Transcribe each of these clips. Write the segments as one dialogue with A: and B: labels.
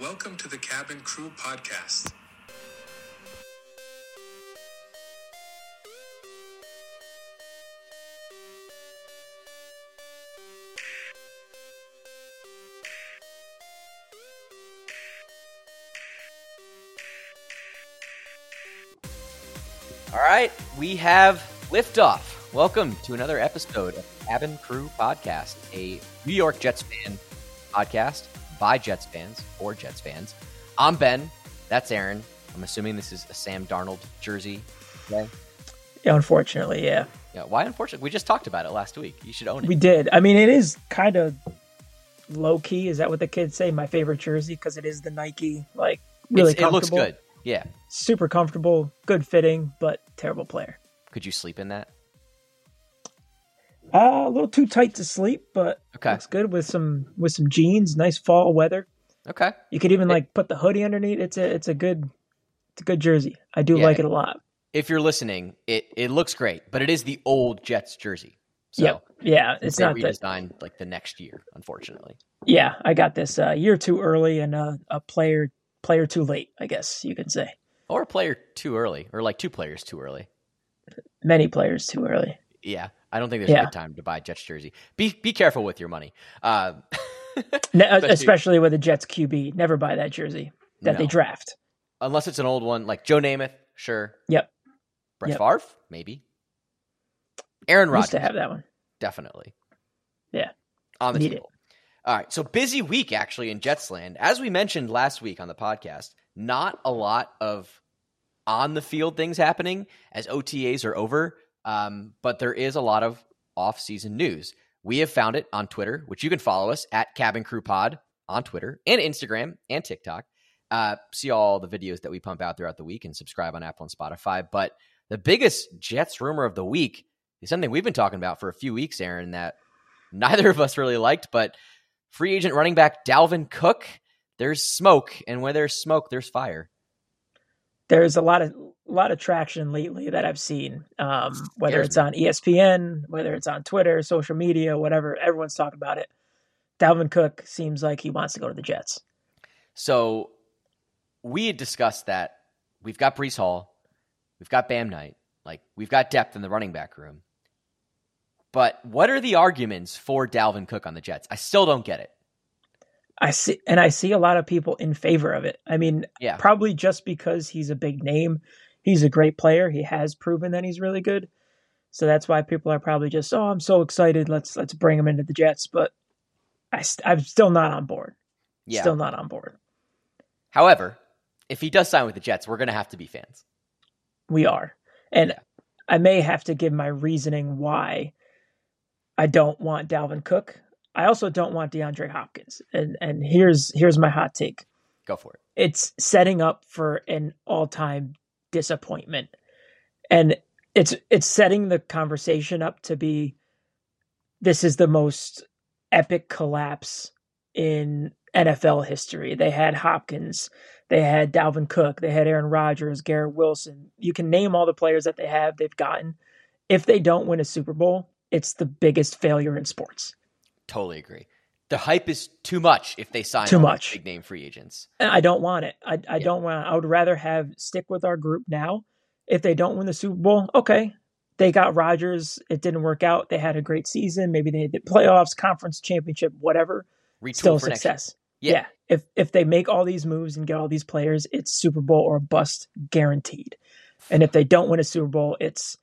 A: Welcome to the Cabin Crew Podcast.
B: All right, we have liftoff. Welcome to another episode of Cabin Crew Podcast, a New York Jets fan podcast by Jets fans for Jets fans. I'm Ben. That's Aaron. I'm assuming this is a Sam Darnold jersey. today.
C: Yeah, unfortunately, yeah.
B: Yeah, why? Unfortunately, we just talked about it last week. You should own it.
C: We did. I mean, it is kind of low key. Is that what the kids say? My favorite jersey because it is the Nike. Like, really
B: It's- it looks
C: comfortable.
B: good. Yeah.
C: Super comfortable, good fitting, but terrible player.
B: Could you sleep in that?
C: Uh, a little too tight to sleep, but
B: Okay.
C: looks good with some with some jeans. Nice fall weather.
B: Okay.
C: You could even
B: It-
C: like put the hoodie underneath. It's a it's a good it's a good jersey. I do
B: Yeah.
C: like it a lot.
B: If you're listening, it it looks great, but it is the old Jets jersey. So
C: Yep. Yeah, it's
B: they
C: not that.
B: redesigned like the next year, unfortunately.
C: Yeah, I got this uh, year too early and uh, a player player too late. I guess you could say
B: Or a player too early, or like two players too early.
C: many players too early.
B: Yeah, I don't think there's
C: Yeah.
B: a good time to buy a Jets jersey. Be be careful with your money. Uh,
C: Ne- uh,
B: Especially-
C: especially, with the Jets QB. Never buy that jersey that
B: no.
C: they draft.
B: unless it's an old one like Joe Namath, sure.
C: Yep.
B: Brett
C: Yep.
B: Favre, maybe. Aaron
C: Used to
B: Rodgers,
C: have that one.
B: definitely.
C: Yeah.
B: on the
C: Need it.
B: table. All right, so busy week actually in Jetsland. As we mentioned last week on the podcast, not a lot of on the field things happening as OTAs are over, um, but there is a lot of off season news. We have found it on Twitter, which you can follow us at Cabin Crew Pod on Twitter and Instagram and TikTok. Uh, see all the videos that we pump out throughout the week and subscribe on Apple and Spotify. But the biggest Jets rumor of the week is something we've been talking about for a few weeks, Aaron, that neither of us really liked, but free agent running back Dalvin Cook, there's smoke, and where there's smoke, there's fire.
C: There's a lot of a lot of traction lately that I've seen. Um, whether
B: Scares
C: it's
B: me.
C: on ESPN, whether it's on Twitter, social media, whatever, everyone's talking about it. Dalvin Cook seems like he wants to go to the Jets.
B: So we had discussed that we've got Brees Hall, we've got Bam Knight, like we've got depth in the running back room. But what are the arguments for Dalvin Cook on the Jets? I still don't get it.
C: I see, and I see a lot of people in favor of it. I mean,
B: Yeah.
C: probably just because he's a big name. He's a great player. He has proven that he's really good. So that's why people are probably just, "Oh, I'm so excited. Let's let's bring him into the Jets." But I st- I'm still not on board.
B: Yeah.
C: Still not on board.
B: However, if he does sign with the Jets, we're going to have to be fans.
C: We are. And
B: Yeah.
C: I may have to give my reasoning why I don't want Dalvin Cook. I also don't want DeAndre Hopkins. And and here's here's my hot take.
B: Go for it.
C: it's setting up for an all-time disappointment and it's it's setting the conversation up to be this is the most epic collapse in NFL history. They had Hopkins, they had Dalvin Cook, they had Aaron Rodgers, Garrett Wilson. You can name all the players that they have, they've gotten. If they don't win a Super Bowl, it's the biggest failure in sports.
B: Totally agree. The hype is too much if they sign
C: Too
B: all these
C: much.
B: big name free agents.
C: And I don't want it. I, I
B: Yeah.
C: don't want. I would rather have stick with our group now. If they don't win the Super Bowl, okay, they got Rodgers. It didn't work out. They had a great season. Maybe they did playoffs, conference championship, whatever.
B: Retool
C: Still
B: for next year.
C: success.
B: Yeah.
C: If if they make all these moves and get all these players, it's Super Bowl or bust guaranteed. And if they don't win a Super Bowl, it's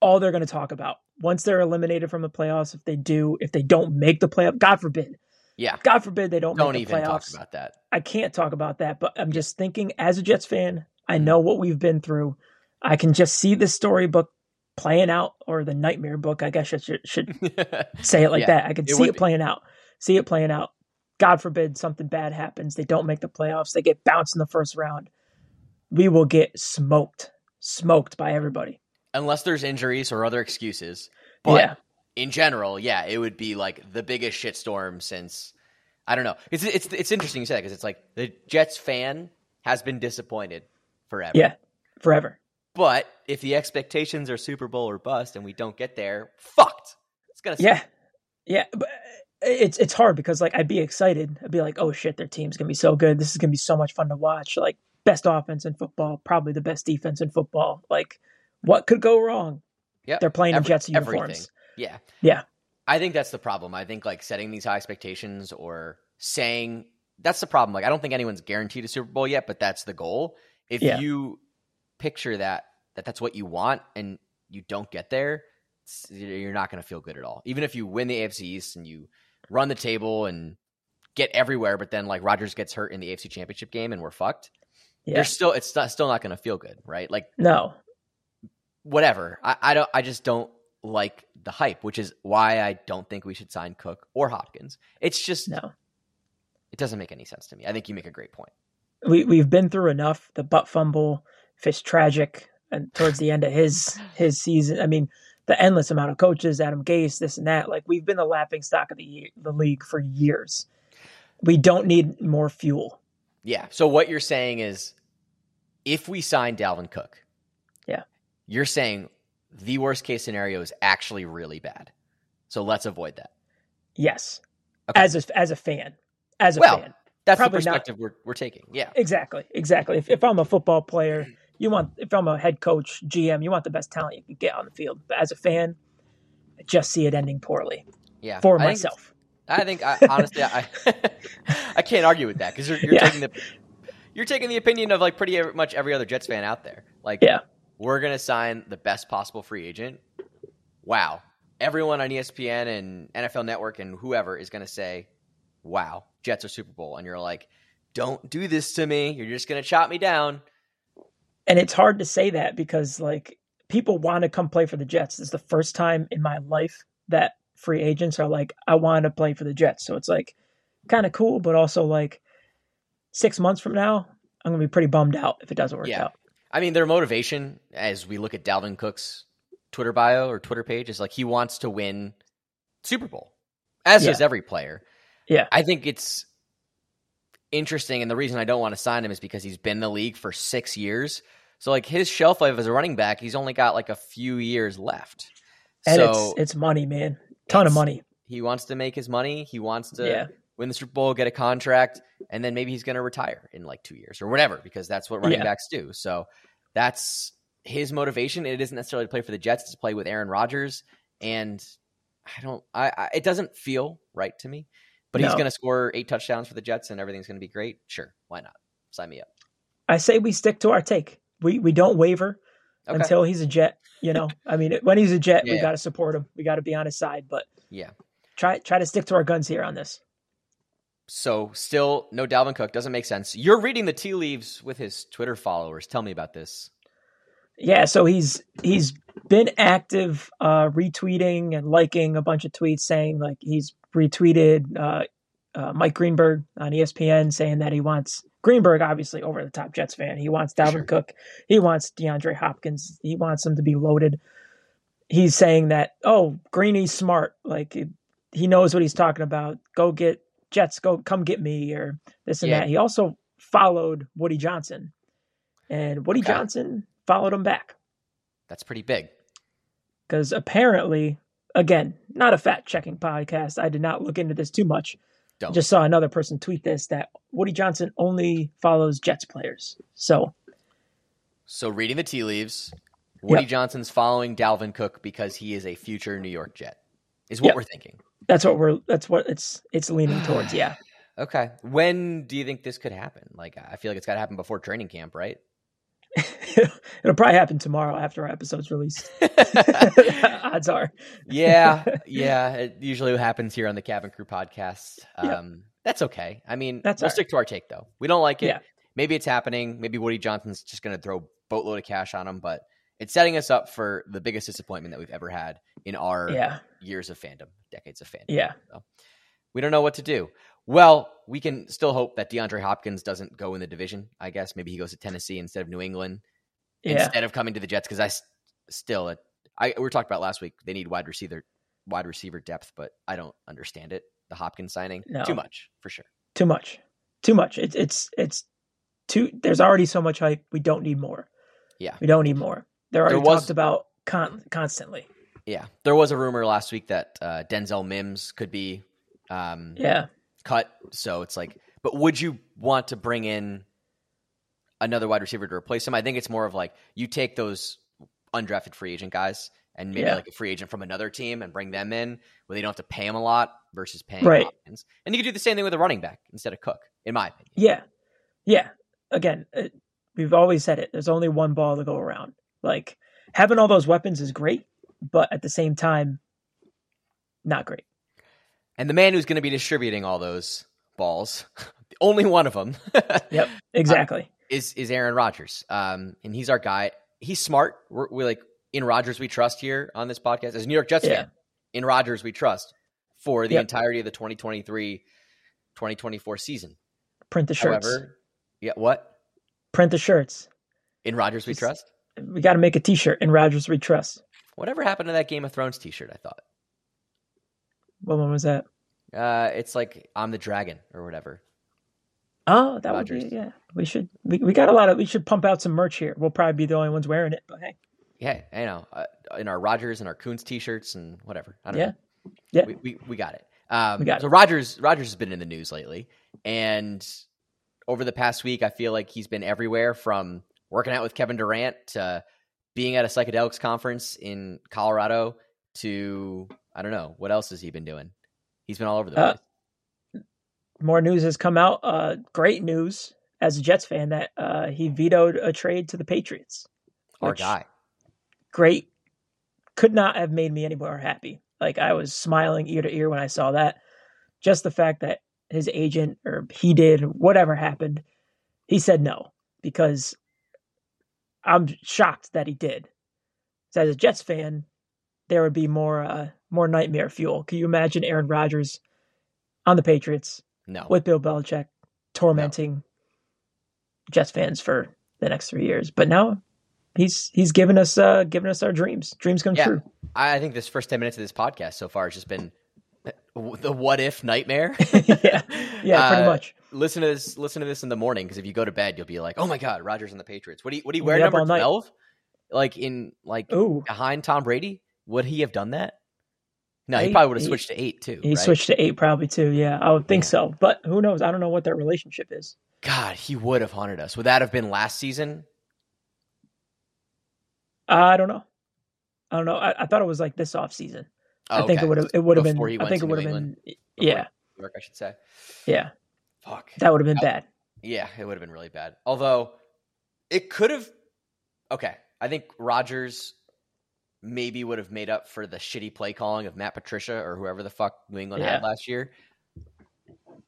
C: all they're going to talk about. Once they're eliminated from the playoffs, if they do, if they don't make the playoff, God forbid,
B: Yeah.
C: God forbid they don't,
B: Don't
C: make the
B: even talk
C: playoffs.
B: about that.
C: I can't talk about that, but I'm just thinking as a Jets fan,
B: Mm-hmm.
C: I know what we've been through. I can just see the storybook playing out, or the nightmare book. I guess I should, should say it like
B: Yeah,
C: that. I can
B: it
C: see
B: would
C: it
B: be.
C: playing out. See it playing out. God forbid something bad happens. They don't make the playoffs. They get bounced in the first round. We will get smoked, smoked by everybody.
B: Unless there's injuries or other excuses. But
C: yeah,
B: in general, yeah, it would be like the biggest shitstorm since I don't know. It's it's it's interesting you say that because it's like the Jets fan has been disappointed forever.
C: yeah, forever.
B: But if the expectations are Super Bowl or bust and we don't get there, fucked. It's gonna suck.
C: Yeah, yeah. But uh, it's it's hard because like I'd be excited. I'd be like, oh shit, their team's gonna be so good. This is gonna be so much fun to watch. Like best offense in football, probably the best defense in football. Like what could go wrong?
B: Yep.
C: They're playing
B: Every-
C: in Jets
B: everything.
C: uniforms.
B: Yeah.
C: Yeah.
B: I think that's the problem. I think like setting these high expectations or saying that's the problem. Like I don't think anyone's guaranteed a Super Bowl yet, but that's the goal. If
C: Yeah.
B: you picture that that that's what you want and you don't get there, it's- you're not going to feel good at all. Even if you win the AFC East and you run the table and get everywhere, but then like Rodgers gets hurt in the AFC Championship game and we're fucked.
C: Yeah.
B: You're still it's not, still not going to feel good, right? Like
C: No.
B: whatever. I, I don't. I just don't like the hype, which is why I don't think we should sign Cook or Hopkins. It's just
C: No.
B: it doesn't make any sense to me. I think you make a great point.
C: We we've been through enough. The butt fumble, Fish tragic, and towards the end of his his season. I mean, the endless amount of coaches, Adam Gase, this and that. Like we've been the laughing stock of the ye- the league for years. We don't need more fuel.
B: Yeah. So what you're saying is, if we sign Dalvin Cook,
C: Yeah.
B: you're saying the worst case scenario is actually really bad. So let's avoid that.
C: Yes.
B: Okay.
C: As a as a fan, as a
B: Well,
C: fan.
B: That's
C: Probably
B: the
C: not.
B: perspective we're we're taking. Yeah.
C: Exactly, exactly. If, if I'm a football player, you want if I'm a head coach, GM, you want the best talent you can get on the field. But as a fan, I just see it ending poorly
B: Yeah.
C: for
B: I think-
C: myself.
B: I think I, honestly, I I can't argue with that because you're, you're
C: Yeah.
B: taking the you're taking the opinion of like pretty ev- much every other Jets fan out there. Like,
C: Yeah.
B: we're gonna sign the best possible free agent. Wow, everyone on E ESPN and NFL Network and whoever is gonna say, "Wow, Jets are Super Bowl," and you're like, "Don't do this to me. You're just gonna chop me down."
C: And it's hard to say that because like people want to come play for the Jets. This is the first time in my life that free agents are like, I want to play for the Jets. So it's like kind of cool, but also like six months from now, I'm gonna be pretty bummed out if it doesn't work
B: Yeah.
C: out.
B: I mean, their motivation, as we look at Dalvin Cook's Twitter bio or Twitter page, is like he wants to win Super Bowl, as
C: Yeah.
B: does every player.
C: Yeah.
B: I think it's interesting, and the reason I don't want to sign him is because he's been in the league for six years. So, like his shelf life as a running back, he's only got like a few years left.
C: And
B: so
C: it's it's money, man. Ton of
B: it's-
C: money.
B: he wants to make his money. He wants to
C: Yeah.
B: win the Super Bowl, get a contract, and then maybe he's going to retire in like two years or whatever because that's what running
C: Yeah.
B: backs do. So that's his motivation. It isn't necessarily to play for the Jets; it's to play with Aaron Rodgers. And I don't, I, I it doesn't feel right to me. But he's
C: No.
B: going to score eight touchdowns for the Jets, and everything's going to be great. Sure, why not? Sign me up.
C: I say we stick to our take. We we don't waver
B: Okay.
C: until he's a jet. You know, I mean, when he's a jet, we
B: Yeah.
C: got to support him. We got to be on his side. But
B: yeah.
C: try try to stick to our guns here on this.
B: So still no Dalvin Cook doesn't make sense. You're reading the tea leaves with his Twitter followers. Tell me about this.
C: Yeah. So he's he's been active, uh, retweeting and liking a bunch of tweets saying like he's retweeted uh, uh, Mike Greenberg on E ESPN saying that he wants Greenberg, obviously over the top Jets fan. He wants Dalvin
B: Sure.
C: Cook. He wants DeAndre Hopkins. He wants him to be loaded. He's saying that, oh, Greeny's smart. Like it- he knows what he's talking about. Go get Jets. Go come get me or this and
B: Yeah.
C: that. He also followed Woody Johnson, and Woody
B: Okay.
C: Johnson followed him back
B: That's pretty big.
C: because apparently, again, not a fact checking podcast. I did not look into this too much.
B: Don't.
C: Just saw another person tweet this that Woody Johnson only follows Jets players. So
B: So reading the tea leaves, Woody
C: Yep.
B: Johnson's following Dalvin Cook because he is a future New York Jet. Is what
C: Yep.
B: we're thinking.
C: that's what we're that's what it's it's leaning towards. Yeah.
B: Okay. When do you think this could happen? Like I feel like it's got to happen before training camp, right?
C: It'll probably happen tomorrow after our episode's released. Odds are.
B: yeah, yeah. It usually happens here on the Cabin Crew podcast. Um,
C: Yep.
B: That's okay. I mean,
C: That's
B: we'll
C: all right.
B: stick to our take though. We don't like it.
C: Yeah.
B: Maybe it's happening. Maybe Woody Johnson's just going to throw a boatload of cash on him, but it's setting us up for the biggest disappointment that we've ever had in our
C: Yeah.
B: years of fandom, decades of fandom.
C: Yeah.
B: We don't know what to do. Well, we can still hope that DeAndre Hopkins doesn't go in the division. I guess maybe he goes to Tennessee instead of New England,
C: Yeah.
B: instead of coming to the Jets. Because I s- still, it- I we were talking about last week. They need wide receiver, wide receiver depth, but I don't understand it. The Hopkins signing
C: No.
B: too much for sure.
C: Too much. Too much. It's it's it's too there's already so much hype. We don't need more.
B: Yeah.
C: We don't need more. They're already
B: There was-
C: talked about con- constantly.
B: Yeah, there was a rumor last week that uh, Denzel Mims could be um,
C: Yeah.
B: cut. So it's like, but would you want to bring in another wide receiver to replace him? I think it's more of like you take those undrafted free agent guys and maybe
C: Yeah.
B: like a free agent from another team and bring them in where they don't have to pay him a lot versus paying
C: Right.
B: Hopkins. And you could do the same thing with a running back instead of Cook, in my opinion.
C: Yeah. Yeah. Again, it, we've always said it. There's only one ball to go around. Like having all those weapons is great, but at the same time, not great.
B: And the man who's going to be distributing all those balls, the only one of them,
C: Yep. Exactly.
B: is is Aaron Rodgers. Um, and he's our guy. He's smart. We're, we like in Rodgers we trust here on this podcast as a New York Jets
C: Yeah.
B: fan. In Rodgers we trust for the
C: Yep.
B: entirety of the 2023-2024 season.
C: Print the shirts.
B: However, yeah, what
C: Print the shirts.
B: in Rodgers we
C: Just-
B: trust?
C: We got to make a T-shirt and Rogers we trust.
B: Whatever happened to that Game of Thrones T-shirt? I thought
C: What one was that?
B: uh, it's like I'm the dragon or whatever.
C: Oh, that would
B: Rogers.
C: be yeah. We should we, we got a lot of we should pump out some merch here. We'll probably be the only ones wearing it, but hey,
B: Yeah, I know. Uh, in our Rogers and our Coons T-shirts and whatever. I don't
C: Yeah.
B: know.
C: Yeah.
B: we, we, we got it. Um,
C: We got
B: so Rogers Rogers has been in the news lately, and over the past week, I feel like he's been everywhere from working out with Kevin Durant to being at a psychedelics conference in Colorado to I don't know what else has he been doing. He's been all over the
C: Uh,
B: place.
C: more news has come out. Uh, great news as a Jets fan that uh, he vetoed a trade to the Patriots.
B: Our
C: which-
B: guy.
C: Great, could not have made me any more happy. Like I was smiling ear to ear when I saw that. Just the fact that his agent or he did whatever happened, he said no because I'm shocked that he did. So as a Jets fan, there would be more uh, more nightmare fuel. Can you imagine Aaron Rodgers on the Patriots?
B: No,
C: with Bill Belichick tormenting Jets fans for the next three years. But now he's he's given us uh given us our dreams. Dreams come
B: Yeah.
C: true.
B: I I think this first ten minutes of this podcast so far has just been the what if nightmare.
C: yeah. Yeah, pretty
B: Uh,
C: much.
B: listen to this listen to this in the morning because if you go to bed you'll be like oh my god rogers and the patriots what do you what do you
C: We'll
B: wear
C: be up
B: number
C: all night.
B: 12 like in like
C: Ooh.
B: behind tom brady would he have done that no he
C: Eight-
B: probably would have
C: he-
B: switched to eight too
C: He
B: right?
C: switched to eight probably too, yeah. I would think
B: Yeah.
C: so. But who knows? I don't know what their relationship is.
B: god he would have haunted us would that have been last season
C: I don't know. I don't know. I, I thought it was like this off season.
B: Oh,
C: I think
B: okay.
C: it would have it would have been
B: Before he
C: I
B: went
C: think
B: to
C: it would
B: New
C: have been
B: England.
C: yeah.
B: New York, i should say
C: Yeah.
B: fuck
C: That would have been bad.
B: Yeah, it would have been really bad. Although it could have. Okay, I think Rodgers maybe would have made up for the shitty play calling of Matt Patricia or whoever the fuck New England had
C: Yeah.
B: last year.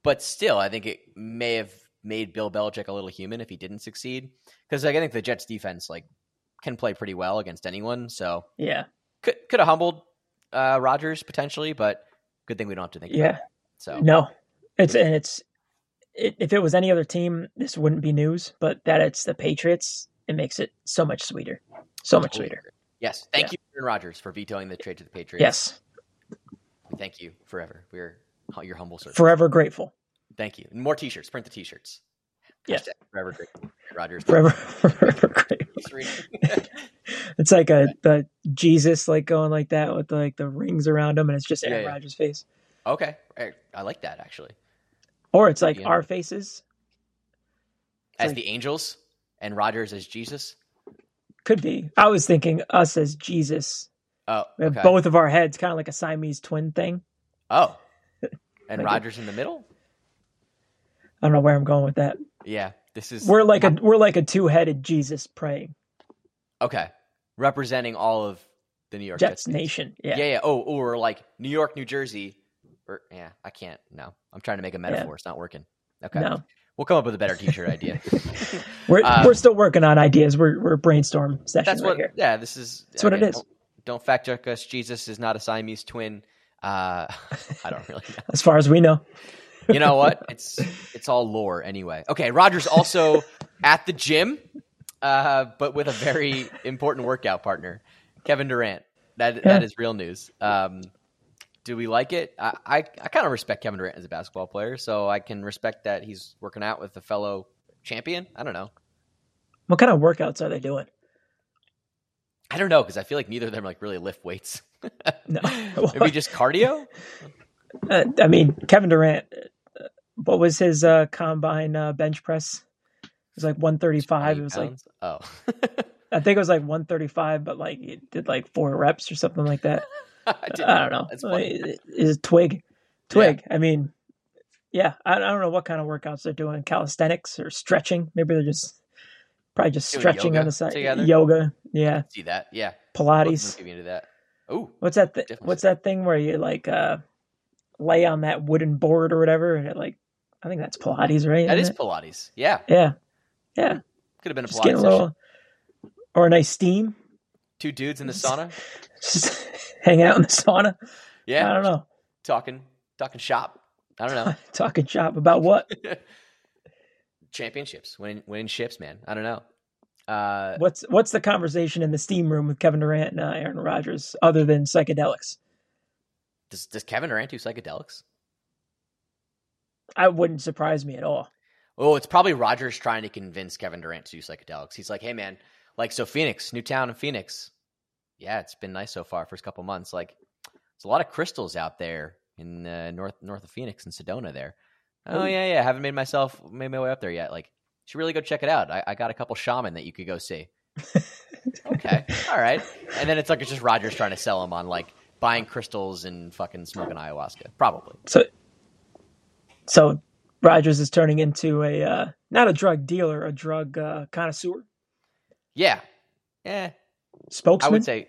B: But still, I think it may have made Bill Belichick a little human if he didn't succeed because like, I think the Jets defense like can play pretty well against anyone. So
C: Yeah.
B: could could have humbled uh, Rodgers potentially, but good thing we don't have to think. about
C: Yeah.
B: it. so
C: No, it's and it's it, if it was any other team, this wouldn't be news. But that it's the Patriots, it makes it so much sweeter, so much
B: Totally
C: sweeter.
B: yes, thank
C: Yeah.
B: you, Aaron Rodgers, for vetoing the trade to the Patriots.
C: Yes,
B: We Thank you forever. We're hu- your humble servant.
C: forever grateful,
B: Thank you. And more t-shirts. Print the t-shirts.
C: Yes.
B: Hashtag Forever great. Rogers.
C: forever, forever grateful.
B: Keeps reading.
C: It's like a the Jesus like going like that with like the rings around him, and it's just Aaron
B: Yeah, yeah.
C: Rodgers' face,
B: okay. Right. I like that actually.
C: or it's like
B: Yeah.
C: our faces
B: As
C: like-
B: the angels and Rogers as Jesus.
C: could be. I was thinking us as Jesus,
B: Oh,
C: We have
B: okay.
C: both of our heads, kind of like a Siamese twin thing.
B: Oh, and
C: Like-
B: Rogers in the middle.
C: I don't know where I'm going with that.
B: Yeah. This is
C: We're like a we're like a two headed Jesus praying.
B: okay. Representing all of the New York
C: Jets Nation.
B: Yeah. yeah. Oh, or like New York, New Jersey. Or yeah, I can't. No, I'm trying to make a metaphor. It's not working. Okay.
C: No,
B: We'll come up with a better t-shirt idea.
C: we're
B: Uh,
C: we're still working on ideas. We're we're brainstorm session
B: That's
C: right
B: what.
C: here.
B: Yeah, this is.
C: That's what it
B: again,
C: is.
B: Don't, don't fact check us. Jesus is not a Siamese twin. Uh, I don't really. know.
C: As far as we know,
B: You know what? It's it's all lore anyway. Okay, Rogers also at the gym, uh, but with a very important workout partner, Kevin Durant. That that
C: Yeah.
B: is real news. Um, do we like it? I I, I kind of respect Kevin Durant as a basketball player, so I can respect that he's working out with a fellow champion. I don't know.
C: what kind of workouts are they doing?
B: I don't know because I feel like neither of them like really lift weights.
C: No,
B: Maybe just cardio.
C: Uh, I mean, Kevin Durant. uh, What was his uh, combine uh, bench press? It was like 135. It
B: 20
C: was like
B: pounds? oh,
C: I think it was like 135, but like it did like four reps or something like that.
B: I, did
C: I
B: not
C: don't know.
B: That's
C: Uh,
B: funny.
C: it- It's twig, twig. I mean, yeah, I, I don't know what kind of workouts they're doing. Calisthenics or stretching. Maybe they're just probably just
B: Doing
C: stretching
B: yoga
C: on the side.
B: together?
C: Yoga, yeah,
B: See that? Yeah.
C: Pilates.
B: Give me into that. Oh,
C: What's that? Th-
B: Different
C: what's that thing where you like uh lay on that wooden board or whatever, and it like I think that's Pilates, right?
B: that
C: Isn't
B: is
C: it?
B: Pilates. Yeah,
C: yeah, yeah.
B: could have been a
C: Just
B: Pilates
C: getting a
B: session.
C: little, or a nice steam.
B: Two dudes in the sauna.
C: Just hanging out in the sauna. I
B: Yeah,
C: don't know.
B: talking, talking shop. I don't know.
C: Talking shop about what?
B: Championships, winning, winning ships, man. I don't know. Uh,
C: What's what's the conversation in the steam room with Kevin Durant and uh, Aaron Rodgers other than psychedelics?
B: does does Kevin Durant do psychedelics?
C: I wouldn't surprise me at all.
B: Oh, it's probably Rogers trying to convince Kevin Durant to do psychedelics. He's like, hey, man, like, so Phoenix, new town in Phoenix. Yeah, it's been nice so far, first couple months. Like, there's a lot of crystals out there in uh, north north of Phoenix and Sedona there. Oh,
C: Ooh.
B: yeah, yeah. Haven't made myself, made my way up there yet. Like, you should really go check it out. I, I got a couple shaman that you could go see. okay. All right. And then it's like, it's just Rogers trying to sell him on like buying crystals and fucking smoking ayahuasca. Probably.
C: So so Rodgers is turning into a uh, not a drug dealer, a drug uh, connoisseur,
B: Yeah. Yeah. I
C: spokesman,
B: would say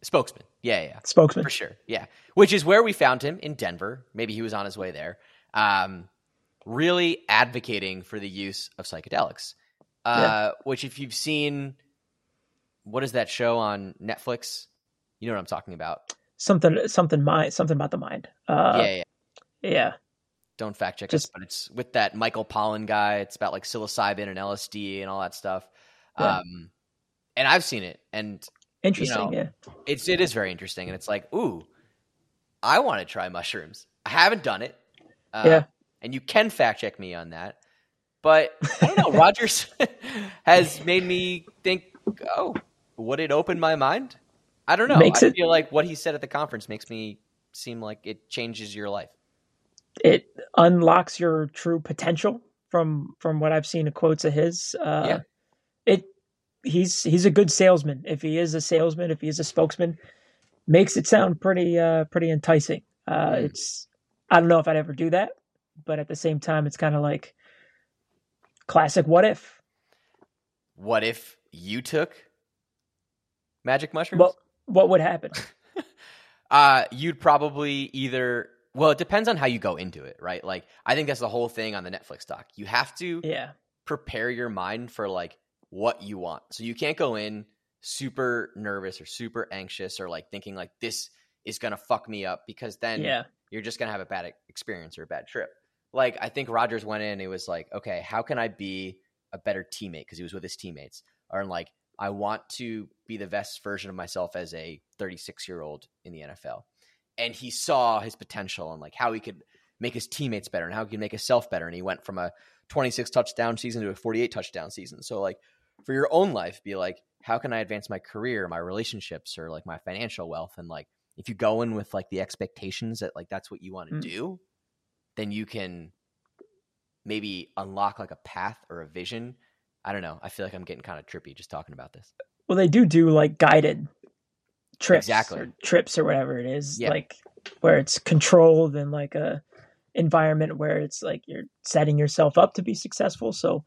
B: spokesman. Yeah, yeah.
C: spokesman.
B: for sure. Yeah, which is where we found him in Denver. Maybe he was on his way there. Um, really advocating for the use of psychedelics, uh, which if you've seen, what is that show on Netflix? You know what I'm talking about.
C: Something something mind something about the mind.
B: Yeah,
C: Uh,
B: yeah, yeah.
C: yeah,
B: Don't fact check us,
C: just-
B: but it's with that Michael Pollan guy. It's about like psilocybin and LSD and all that stuff.
C: Yeah.
B: Um, and I've seen it, and
C: interesting. yeah,
B: it's it is very interesting, and it's like, ooh, I want to try mushrooms. I haven't done it. Uh,
C: Yeah.
B: and you can fact check me on that, but I don't know. Rogers has made me think. Oh, would it open my mind? I don't know.
C: Makes
B: I
C: it-
B: feel like what he said at the conference makes me seem like it changes your life.
C: it unlocks your true potential from from what I've seen of quotes of his. Uh,
B: Yeah.
C: It he's he's a good salesman. If he is a salesman, if he is a spokesman, makes it sound pretty uh, pretty enticing. Uh,
B: Mm.
C: It's I don't know if I'd ever do that, but at the same time, it's kind of like classic what if.
B: What if you took magic mushrooms?
C: What what would happen?
B: uh you'd probably either well it depends on how you go into it right like i think that's the whole thing on the netflix doc you have to
C: yeah,
B: prepare your mind for like what you want so you can't go in super nervous or super anxious or like thinking like this is gonna fuck me up because then
C: yeah,
B: you're just gonna have a bad e- experience or a bad trip like i think rogers went in and it was like okay how can i be a better teammate because he was with his teammates or like i want to be the best version of myself as a 36 year old in the nfl and he saw his potential and like how he could make his teammates better and how he could make himself better and he went from a 26 touchdown season to a 48 touchdown season so like for your own life be like how can i advance my career my relationships or like my financial wealth and like if you go in with like the expectations that like that's what you want to
C: Mm.
B: do then you can maybe unlock like a path or a vision i don't know i feel like i'm getting kind of trippy just talking about this
C: well they do do like guided trips
B: Exactly.
C: or trips or whatever it is
B: Yeah.
C: like where it's controlled and like a environment where it's like you're setting yourself up to be successful so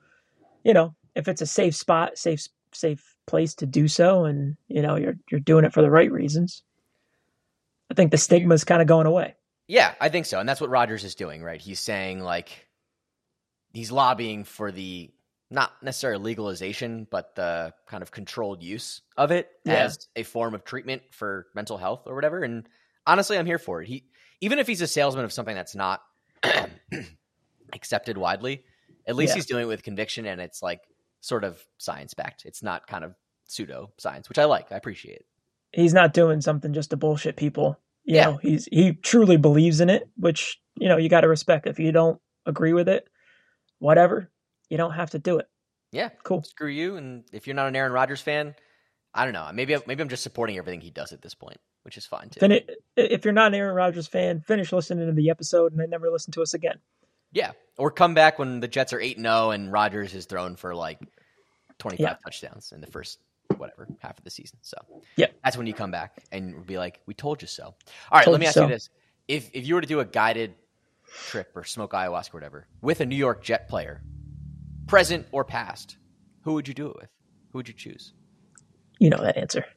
C: you know if it's a safe spot safe safe place to do so and you know you're you're doing it for the right reasons i think the stigma's kind of going away
B: Yeah, I think so. And that's what Rogers is doing, right? He's saying like he's lobbying for the not necessarily legalization, but the kind of controlled use of it
C: Yeah.
B: as a form of treatment for mental health or whatever. And honestly, I'm here for it. He even if he's a salesman of something that's not accepted widely, at least
C: Yeah.
B: he's doing it with conviction and it's like sort of science backed. It's not kind of pseudo science, which I like. I appreciate it.
C: he's not doing something just to bullshit people. You
B: Yeah.
C: know, he's he truly believes in it, which you know you got to respect. If you don't agree with it, whatever, you don't have to do it.
B: Yeah.
C: Cool.
B: screw you. And if you're not an Aaron Rodgers fan, I don't know. Maybe maybe I'm just supporting everything he does at this point. which is fine too.
C: Then it, if you're not an Aaron Rodgers fan, finish listening to the episode and then never listen to us again.
B: yeah, or come back when the Jets are eight and zero and Rodgers is thrown for like twenty five touchdowns in the first whatever half of the season. So
C: Yeah.
B: that's when you come back and be like, "We told you so." All right,
C: Told
B: let me
C: you
B: ask
C: so.
B: you this: if if you were to do a guided trip or smoke ayahuasca or whatever with a New York Jet player, present or past, who would you do it with? Who would you choose?
C: You know that answer.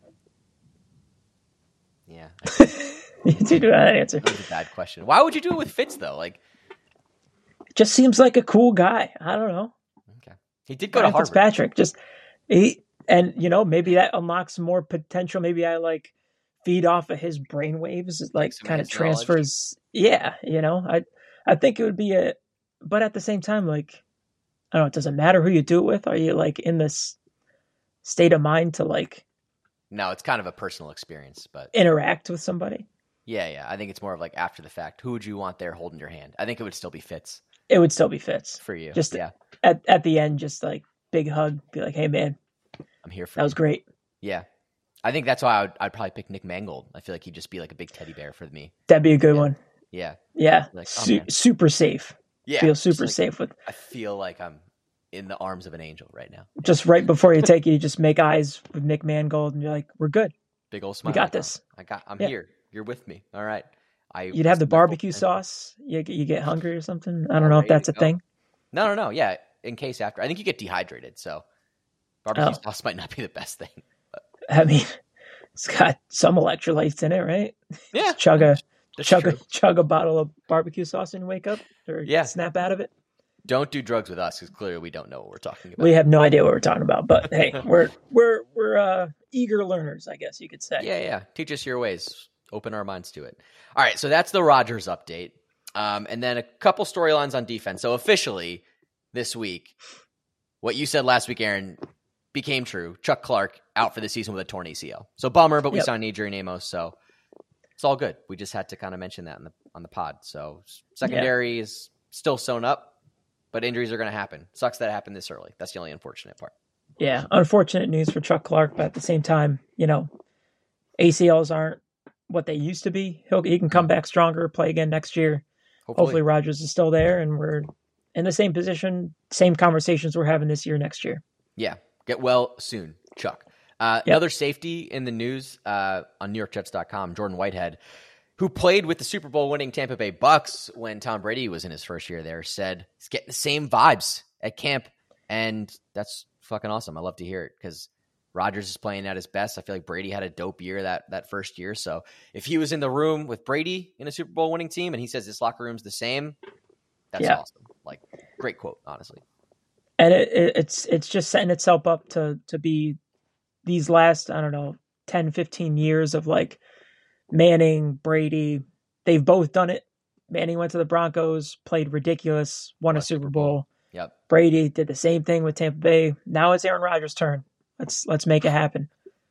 B: Yeah,
C: you do know that answer.
B: That was a bad question. Why would you do it with Fitz though? Like,
C: Just seems like a cool guy. I don't know.
B: okay, he did go to
C: Ryan
B: Harvard.
C: Fitzpatrick. Just he and you know maybe that unlocks more potential. Maybe I like feed off of his brainwaves. It, Like
B: some of
C: kind of
B: his knowledge.
C: transfers. Yeah, you know. I I think it would be a, but at the same time, like I don't know. It doesn't matter who you do it with. Are you like in this state of mind to like
B: No, it's kind of a personal experience, but
C: interact with somebody?
B: yeah, yeah. I think it's more of like after the fact. Who would you want there holding your hand? I think it would still be Fitz
C: It would still be Fitz
B: for you.
C: Just-
B: yeah,
C: at at the end. Just like big hug. Be like, hey man,
B: I'm here for
C: that
B: you.
C: was great.
B: Yeah, I think that's why I would, I'd probably pick Nick Mangold. I feel like he'd just be like a big teddy bear for me.
C: That'd be a good
B: Yeah.
C: one.
B: Yeah,
C: Yeah,
B: Like, oh,
C: Su-
B: man.
C: super safe.
B: yeah.
C: Feel
B: just
C: super
B: like,
C: safe with
B: I feel like I'm in the arms of an angel right now.
C: just right before you take it, you just make eyes with Nick Mangold, and you're like, "We're good.
B: Big old smile.
C: We got
B: like, oh,
C: this."
B: I got. I'm
C: Yeah.
B: here. You're with me. All right. I.
C: You'd have the
B: was my full
C: barbecue
B: potential.
C: sauce. You get- you get hungry or something. I don't know if
B: Alright,
C: that's a
B: no.
C: thing.
B: No, no, no. Yeah, in case after. I think you get dehydrated, so barbecue
C: Oh.
B: sauce might not be the best thing.
C: I mean, it's got some electrolytes in it, right?
B: Yeah,
C: Chug a
B: that's
C: chug a
B: true.
C: chug a bottle of barbecue sauce and wake up, or
B: Yeah.
C: snap out of it.
B: Don't do drugs with us because clearly we don't know what we're talking about.
C: We have no idea what we're talking about, but hey, we're we're we're uh, eager learners, I guess you could say.
B: yeah, yeah. Teach us your ways. Open our minds to it. All right, so that's the Rogers update, um, and then a couple storylines on defense. So officially this week, what you said last week, Aaron, became true. Chuck Clark out for the season with a torn ACL. So bummer, but we
C: Yep.
B: signed Adrian Amos, so it's all good. We just had to kind of mention that in the on the pod. So s- secondary is still sewn up, but injuries are going to happen. Sucks that it happened this early. That's the only unfortunate part.
C: yeah, unfortunate news for Chuck Clark, but at the same time, you know, ACLs aren't what they used to be. He'll, he can
B: Mm.
C: come back stronger, play again next year. Hopefully, Rogers is still there, and we're in the same position, same conversations we're having this year, next year.
B: Yeah. Get well soon, Chuck. Uh,
C: Yeah.
B: Another safety in the news uh, on NewYorkJets.com, Jordan Whitehead, who played with the Super Bowl winning Tampa Bay Bucks when Tom Brady was in his first year there, said he's getting the same vibes at camp. And that's fucking awesome. I love to hear it because Rodgers is playing at his best. I feel like Brady had a dope year that, that first year. So if he was in the room with Brady in a Super Bowl winning team and he says this locker room's the same, that's
C: Yeah.
B: awesome. Like, great quote, honestly.
C: And it, it, it's it's just setting itself up to to be these last I don't know 10, 15 years of like Manning, Brady. They've both done it. Manning went to the Broncos, played ridiculous, won a Super Bowl.
B: Yep.
C: Brady did the same thing with Tampa Bay. Now it's Aaron Rodgers' turn. Let's let's make it happen.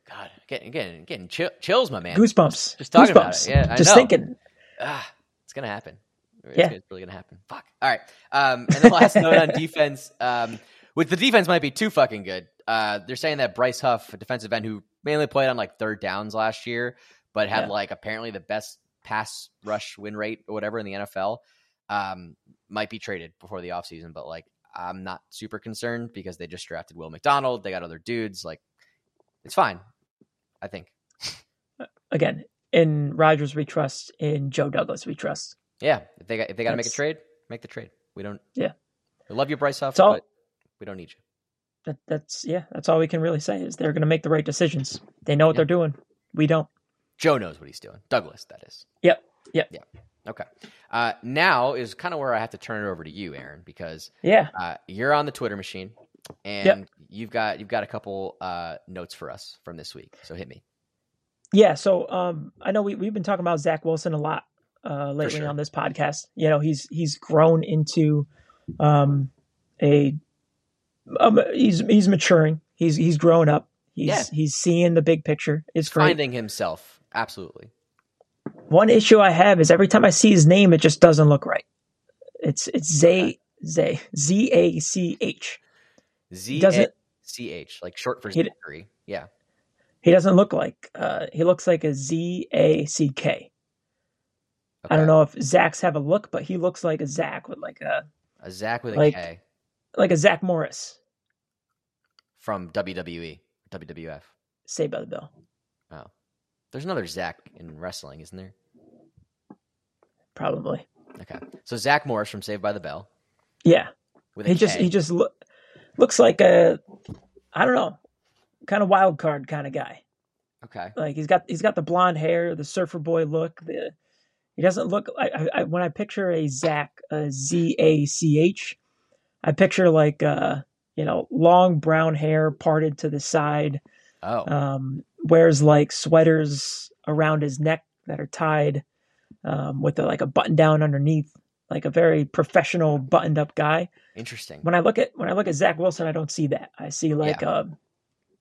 B: God, getting getting getting chill, chills, my man.
C: Goosebumps.
B: just talking
C: Goosebumps.
B: about it. Yeah, I
C: just
B: know.
C: thinking.
B: Ah, it's gonna happen. It's,
C: Yeah.
B: gonna- it's really gonna happen. Fuck. All right. Um, and the last note on defense, um, which the defense might be too fucking good. Uh, they're saying that Bryce Huff, a defensive end who mainly played on like third downs last year, but had
C: Yeah.
B: like apparently the best pass rush win rate or whatever in the NFL, um, might be traded before the offseason. But like, I'm not super concerned because they just drafted Will McDonald. They got other dudes. Like, it's fine. I think.
C: Again, in Rodgers we trust. In Joe Douglas we trust.
B: Yeah, if they got, if they got to make a
C: That's-
B: trade, make the trade. We don't.
C: Yeah.
B: we love you, Bryce Huff,
C: It's all-
B: but we don't need you.
C: That, that's yeah. That's all we can really say is they're going to make the right decisions. They know what
B: Yeah.
C: they're doing. We don't.
B: Joe knows what he's doing. Douglas, that is.
C: Yep. Yep.
B: Okay. Uh, now is kind of where I have to turn it over to you, Aaron, because
C: Yeah.
B: uh, you're on the Twitter machine, and
C: Yep.
B: you've got you've got a couple uh, notes for us from this week. So hit me.
C: Yeah. So um, I know we we've been talking about Zach Wilson a lot uh, lately
B: sure.
C: on this podcast. You know, he's he's grown into um, a um, he's he's maturing. He's he's growing up. He's he's seeing the big picture. It's great.
B: Finding himself, absolutely.
C: One issue I have is every time I see his name, it just doesn't look right. It's it's Zay Zay Z A C H.
B: Z
C: doesn't-
B: C H, like short for
C: He d-
B: Zachary. Yeah.
C: He doesn't look like. Uh, he looks like a Z A C K. I
B: Okay.
C: don't know if Zach's have a look, but he looks like a Zach with like a
B: A Zach with a K
C: like- like a Zach Morris.
B: from E, WWE, WWF.
C: Say by the Bell.
B: Oh. There's another Zach in wrestling, isn't there?
C: Probably.
B: Okay. So Zach Morris from Saved by the Bell
C: Yeah.
B: with a
C: He just
B: K.
C: he just loo- looks like a I don't know, kind of wild card kind of guy.
B: okay.
C: Like he's got he's got the blonde hair, the surfer boy look. The he doesn't look. I, I, I when I picture a Zach a Z A C H, I picture like uh you know long brown hair parted to the side.
B: Oh,
C: Um, wears like sweaters around his neck that are tied um, with a, like a button down underneath, like a very professional buttoned up guy
B: interesting.
C: when I look at when I look at Zach Wilson, I don't see that. I see like um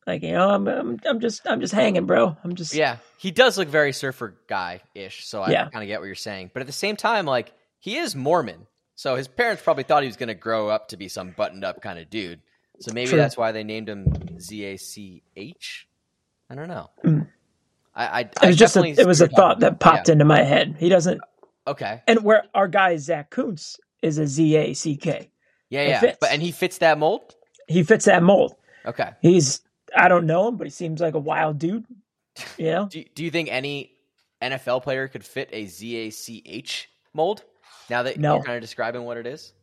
C: like you know, I'm, I'm I'm just I'm just hanging, bro. I'm just
B: Yeah, he does look very surfer guy ish. So I
C: Yeah.
B: kind of get what you're saying, but at the same time, like he is Mormon, so his parents probably thought he was going to grow up to be some buttoned up kind of dude. So maybe
C: True.
B: that's why they named him Z A C H. I don't know.
C: Mm.
B: I, I
C: It was just a, it was a thought that popped into my head. He doesn't,
B: Okay.
C: and where our guy Zach Kuntz is a Z A C K. It
B: Yeah, yeah.
C: fits.
B: But and he fits that mold.
C: He fits that mold.
B: Okay.
C: He's I don't know him, but he seems like a wild dude. You know,
B: Do do you think any NFL player could fit a Z A C H mold? Now that
C: No.
B: you're kind of describing what it is.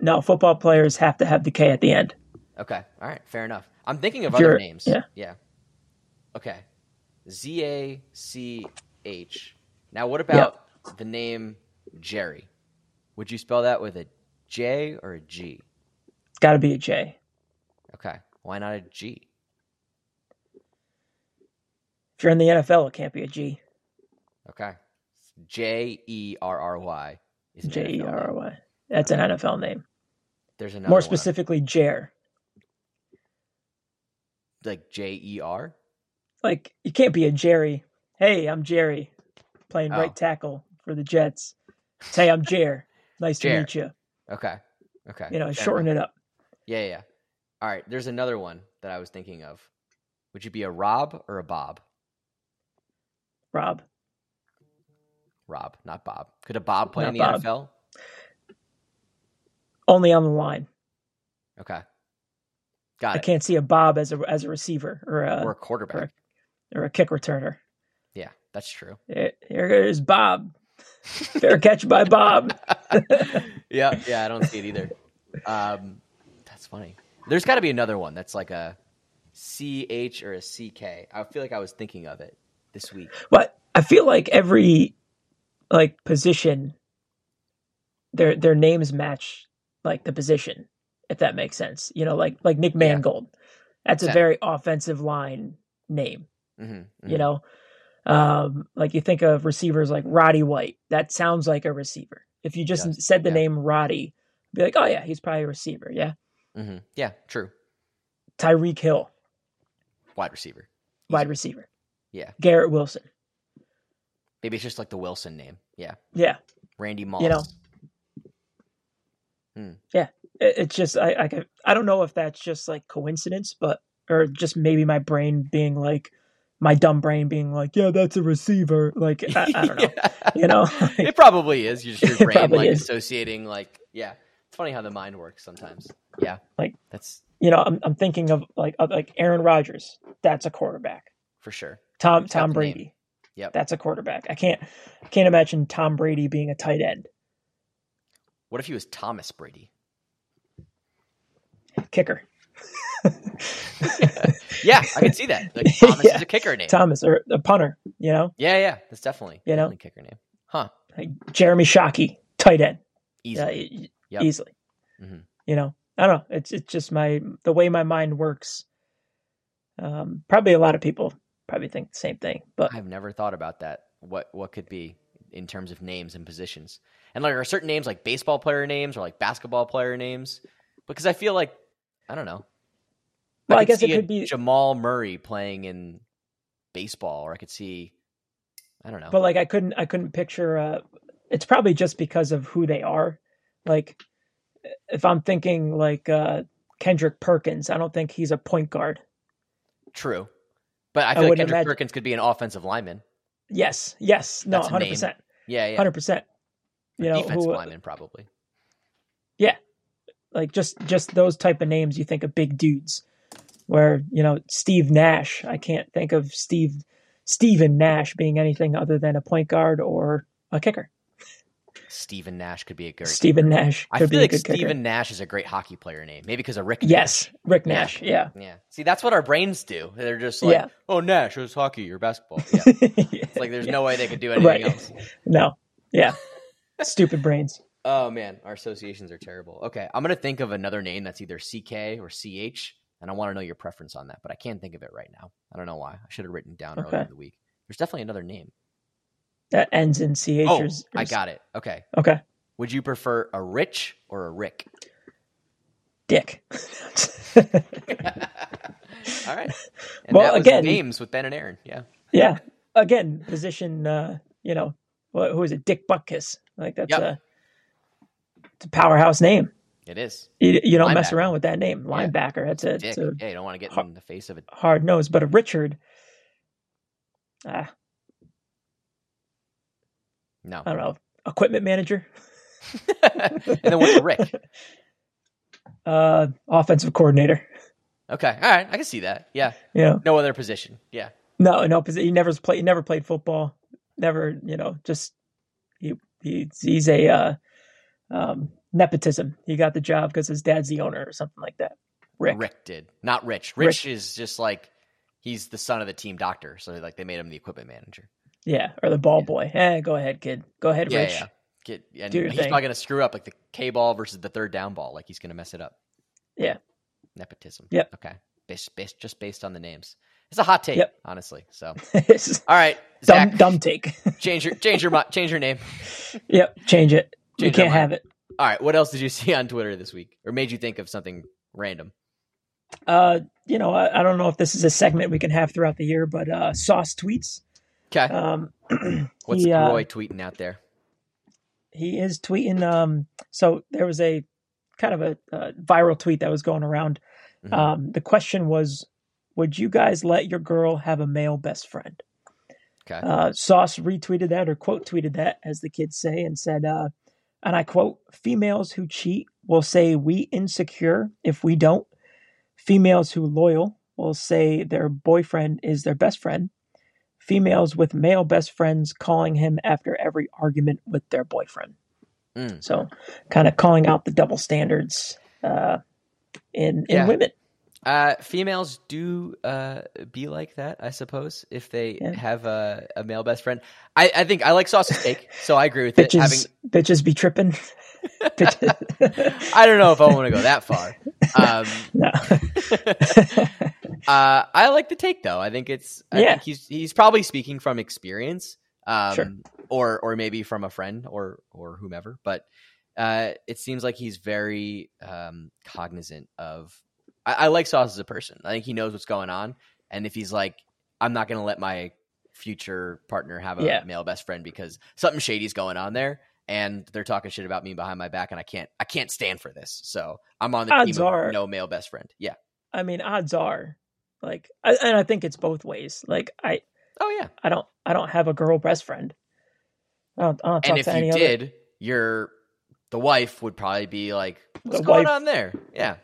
C: no football players have to have the K at the end.
B: Okay. All right. Fair enough. I'm thinking of
C: If
B: other
C: you're-
B: names.
C: yeah.
B: Yeah. Okay. Z A C H. Now, what about the name Jerry? Would you spell that with a J or a G?
C: It's got to be a J.
B: Okay. Why not a G?
C: If you're in the NFL, it can't be a G.
B: Okay. J E R R Y is an
C: J E
B: NFL name.
C: R R Y. That's an NFL name.
B: There's another
C: More
B: one,
C: specifically, Jer.
B: like J E R.
C: like you can't be a Jerry. Hey, I'm Jerry, playing
B: Oh.
C: right tackle for the Jets. It's, hey, I'm Jer. Nice
B: Jer.
C: to meet you.
B: Okay. Okay.
C: You know,
B: Fair
C: shorten
B: enough.
C: it up.
B: Yeah, yeah. All right. There's another one that I was thinking of. Would you be a Rob or a Bob?
C: Rob,
B: Rob, not Bob. Could a Bob play in the
C: Not Bob.
B: NFL?
C: only on the line.
B: Okay. Got
C: I
B: it.
C: can't see a Bob as a as a receiver or a
B: or
C: or,
B: a quarterback.
C: correct. a kick returner.
B: Yeah, that's true.
C: Here here goes Bob. Fair catch by Bob.
B: yeah, yeah, I don't see it either. Um, that's funny. There's got to be another one that's like a CH or a CK. I feel like I was thinking of it this week.
C: But I feel like every like position, their their names match like the position, if that makes sense. You know, like like Nick Mangold. That's a
B: Center.
C: very offensive line name.
B: hmm
C: You know, um, like you think of receivers like Roddy White. That sounds like a receiver. If you just
B: Does,
C: said the
B: yeah.
C: name Roddy, I'd be like, oh yeah, he's probably a receiver. Yeah,
B: hmm Yeah, true.
C: Tyreek Hill,
B: Wide receiver.
C: wide receiver.
B: Yeah.
C: Garrett Wilson.
B: Maybe it's just like the Wilson name. Yeah,
C: Yeah.
B: Randy Moss.
C: know. it- it's just I I, can, I don't know if that's just like coincidence, but or just maybe my brain being like my dumb brain being like, yeah, that's a receiver. Like I, I don't know,
B: Yeah.
C: you know. Like,
B: it probably is. You're just
C: It
B: your brain
C: probably
B: like
C: is.
B: associating like yeah. It's funny how the mind works sometimes. Yeah,
C: Like-
B: that's
C: you know, I'm I'm thinking of like of, like Aaron Rodgers. That's a quarterback.
B: for sure.
C: Tom
B: He's got
C: Tom
B: the name.
C: Brady.
B: Yep.
C: That's a quarterback. I can't I can't imagine Tom Brady being a tight end.
B: What if he was Thomas Brady?
C: Kicker.
B: Yeah, I can see that. Like Thomas
C: Yeah.
B: is a kicker name.
C: Thomas or a punter, you know?
B: yeah, yeah, that's definitely
C: You know?
B: definitely kicker name. Huh?
C: Like Jeremy Shockey, tight end.
B: Easy.
C: Yeah, e-
B: Yep.
C: easily.
B: Mhm.
C: You know, I don't know. It's it's just my the way my mind works. Um, probably a lot of people probably think the same thing, but
B: I've never thought about that. What what could be in terms of names and positions? And like are certain names like baseball player names or like basketball player names? Because I feel like I don't know.
C: well, I,
B: could
C: guess it
B: see a
C: could be.
B: Jamal Murray playing in baseball, or I could see I don't know.
C: But like, I couldn't I couldn't picture. Uh, it's probably just because of who they are. Like, if I'm thinking like uh, Kendrick Perkins, I don't think he's a point guard.
B: True. But I
C: I
B: feel like
C: wouldn't
B: Kendrick
C: imagine-
B: Perkins could be an offensive lineman.
C: Yes, yes, no,
B: That's a name.
C: hundred percent,
B: Yeah, yeah.
C: hundred percent. You know,
B: defensive
C: who, uh,
B: lineman probably.
C: like just just those type of names you think of big dudes. Where you know Steve Nash, I can't think of Steve Steven Nash being anything other than a point guard or a kicker.
B: Stephen Nash could be a good.
C: Stephen Nash
B: I
C: could
B: feel
C: be
B: like
C: a good
B: Stephen
C: kicker.
B: Nash is a great hockey player name. Maybe because of Rick.
C: Yes, Rick
B: Yeah.
C: Nash. Yeah.
B: Nash. Yeah. See, that's what our brains do. They're just like,
C: Yeah.
B: oh, Nash, it was hockey or basketball. Yeah. It's like there's no way they could do anything
C: Right.
B: else.
C: no. Yeah. Stupid brains.
B: Oh man, our associations are terrible. Okay, I'm gonna think of another name that's either CK or CH, and I want to know your preference on that, but I can't think of it right now. I don't know why. I should have written it down earlier
C: Okay.
B: in the week. There's definitely another name.
C: That ends in ch.
B: oh,
C: or s- or
B: I
C: s-
B: got it. Okay.
C: Okay.
B: Would you prefer a Rich or a Rick?
C: Dick.
B: All right. And
C: Well,
B: that was
C: again-
B: names with Ben and Aaron. Yeah.
C: yeah. Again, position. Uh, you know, wh- who is it? Dick Butkus. Like that's
B: Yep.
C: a, it's a powerhouse name.
B: It is.
C: You, you don't mess
B: Linebacker.
C: around with that name, linebacker. That's a,
B: Dick.
C: it's a
B: Yeah, you don't want to get
C: Har-
B: in the face of it.
C: hard nose. But a Richard. Ah,
B: No.
C: I don't know. Equipment manager.
B: and then what's a Rick?
C: Uh, offensive coordinator.
B: Okay. All right. I can see that. Yeah.
C: You know,
B: No other position. Yeah.
C: No, no, 'cause he never played. He never played football. Never, you know, just he, he's he's a uh, um, nepotism. He got the job because his dad's the owner or something like that. Rick.
B: did. Not Rich. Rich.
C: Rich.
B: is just like he's the son of the team doctor. So like they made him the equipment manager.
C: Yeah, or the ball
B: Yeah.
C: boy. Eh, go ahead, kid. Go ahead,
B: Yeah,
C: Rich.
B: yeah. Get, and
C: Do your
B: he's
C: thing.
B: probably gonna screw up like the K ball versus the third down ball. Like he's gonna mess it up.
C: Yeah.
B: Nepotism.
C: Yep.
B: Okay. Based, based just based on the names. It's a hot take,
C: Yep.
B: honestly. So
C: It's just
B: all right,
C: dumb,
B: Zach,
C: dumb take.
B: change your change your mi- change your name.
C: yep, change it. you
B: Change our
C: can't
B: mind.
C: have it.
B: All right. What else did you see on Twitter this week, or made you think of something random?
C: Uh, you know, I, I don't know if this is a segment we can have throughout the year, but uh, sauce tweets.
B: Okay.
C: Um,
B: What's
C: he, uh,
B: Roy tweeting out there?
C: he is tweeting um so there was a kind of a uh, viral tweet that was going around
B: Mhm.
C: um the question was would you guys let your girl have a male best friend
B: Okay.
C: uh sauce retweeted that or quote tweeted that as the kids say and said uh and i quote females who cheat will say we insecure if we don't females who loyal will say their boyfriend is their best friend females with male best friends calling him after every argument with their boyfriend
B: Mm.
C: so, kind of calling out the double standards uh, in in
B: Yeah.
C: women.
B: Uh, females do uh, be like that, I suppose, if they
C: Yeah.
B: have a, a male best friend. I, I think I like sausage cake, so I agree with it.
C: Bitches, bitches be tripping.
B: Having,
C: bitches.
B: I don't know if I want to go that far. Um,
C: no.
B: uh, I like the take though. I think it's. I
C: Yeah.
B: think he's he's probably speaking from experience, um,
C: Sure.
B: or or maybe from a friend or or whomever. But uh, it seems like he's very um, cognizant of. I, I like Sauce as a person. I think he knows what's going on, and if he's like, I'm not going to let my future partner have a
C: Yeah.
B: male best friend because something shady's going on there. And they're talking shit about me behind my back, and I can't, I can't stand for this. So I'm on the
C: Odds
B: team of
C: are-
B: no male best friend. Yeah.
C: I mean, odds are, like, I, and I think it's both ways. Like, I
B: Oh yeah.
C: I don't I don't have a girl best friend. I don't, I don't talk
B: and if
C: to any
B: you
C: other.
B: did, your the wife would probably be like, "What's
C: The
B: going
C: wife-
B: on there?" Yeah,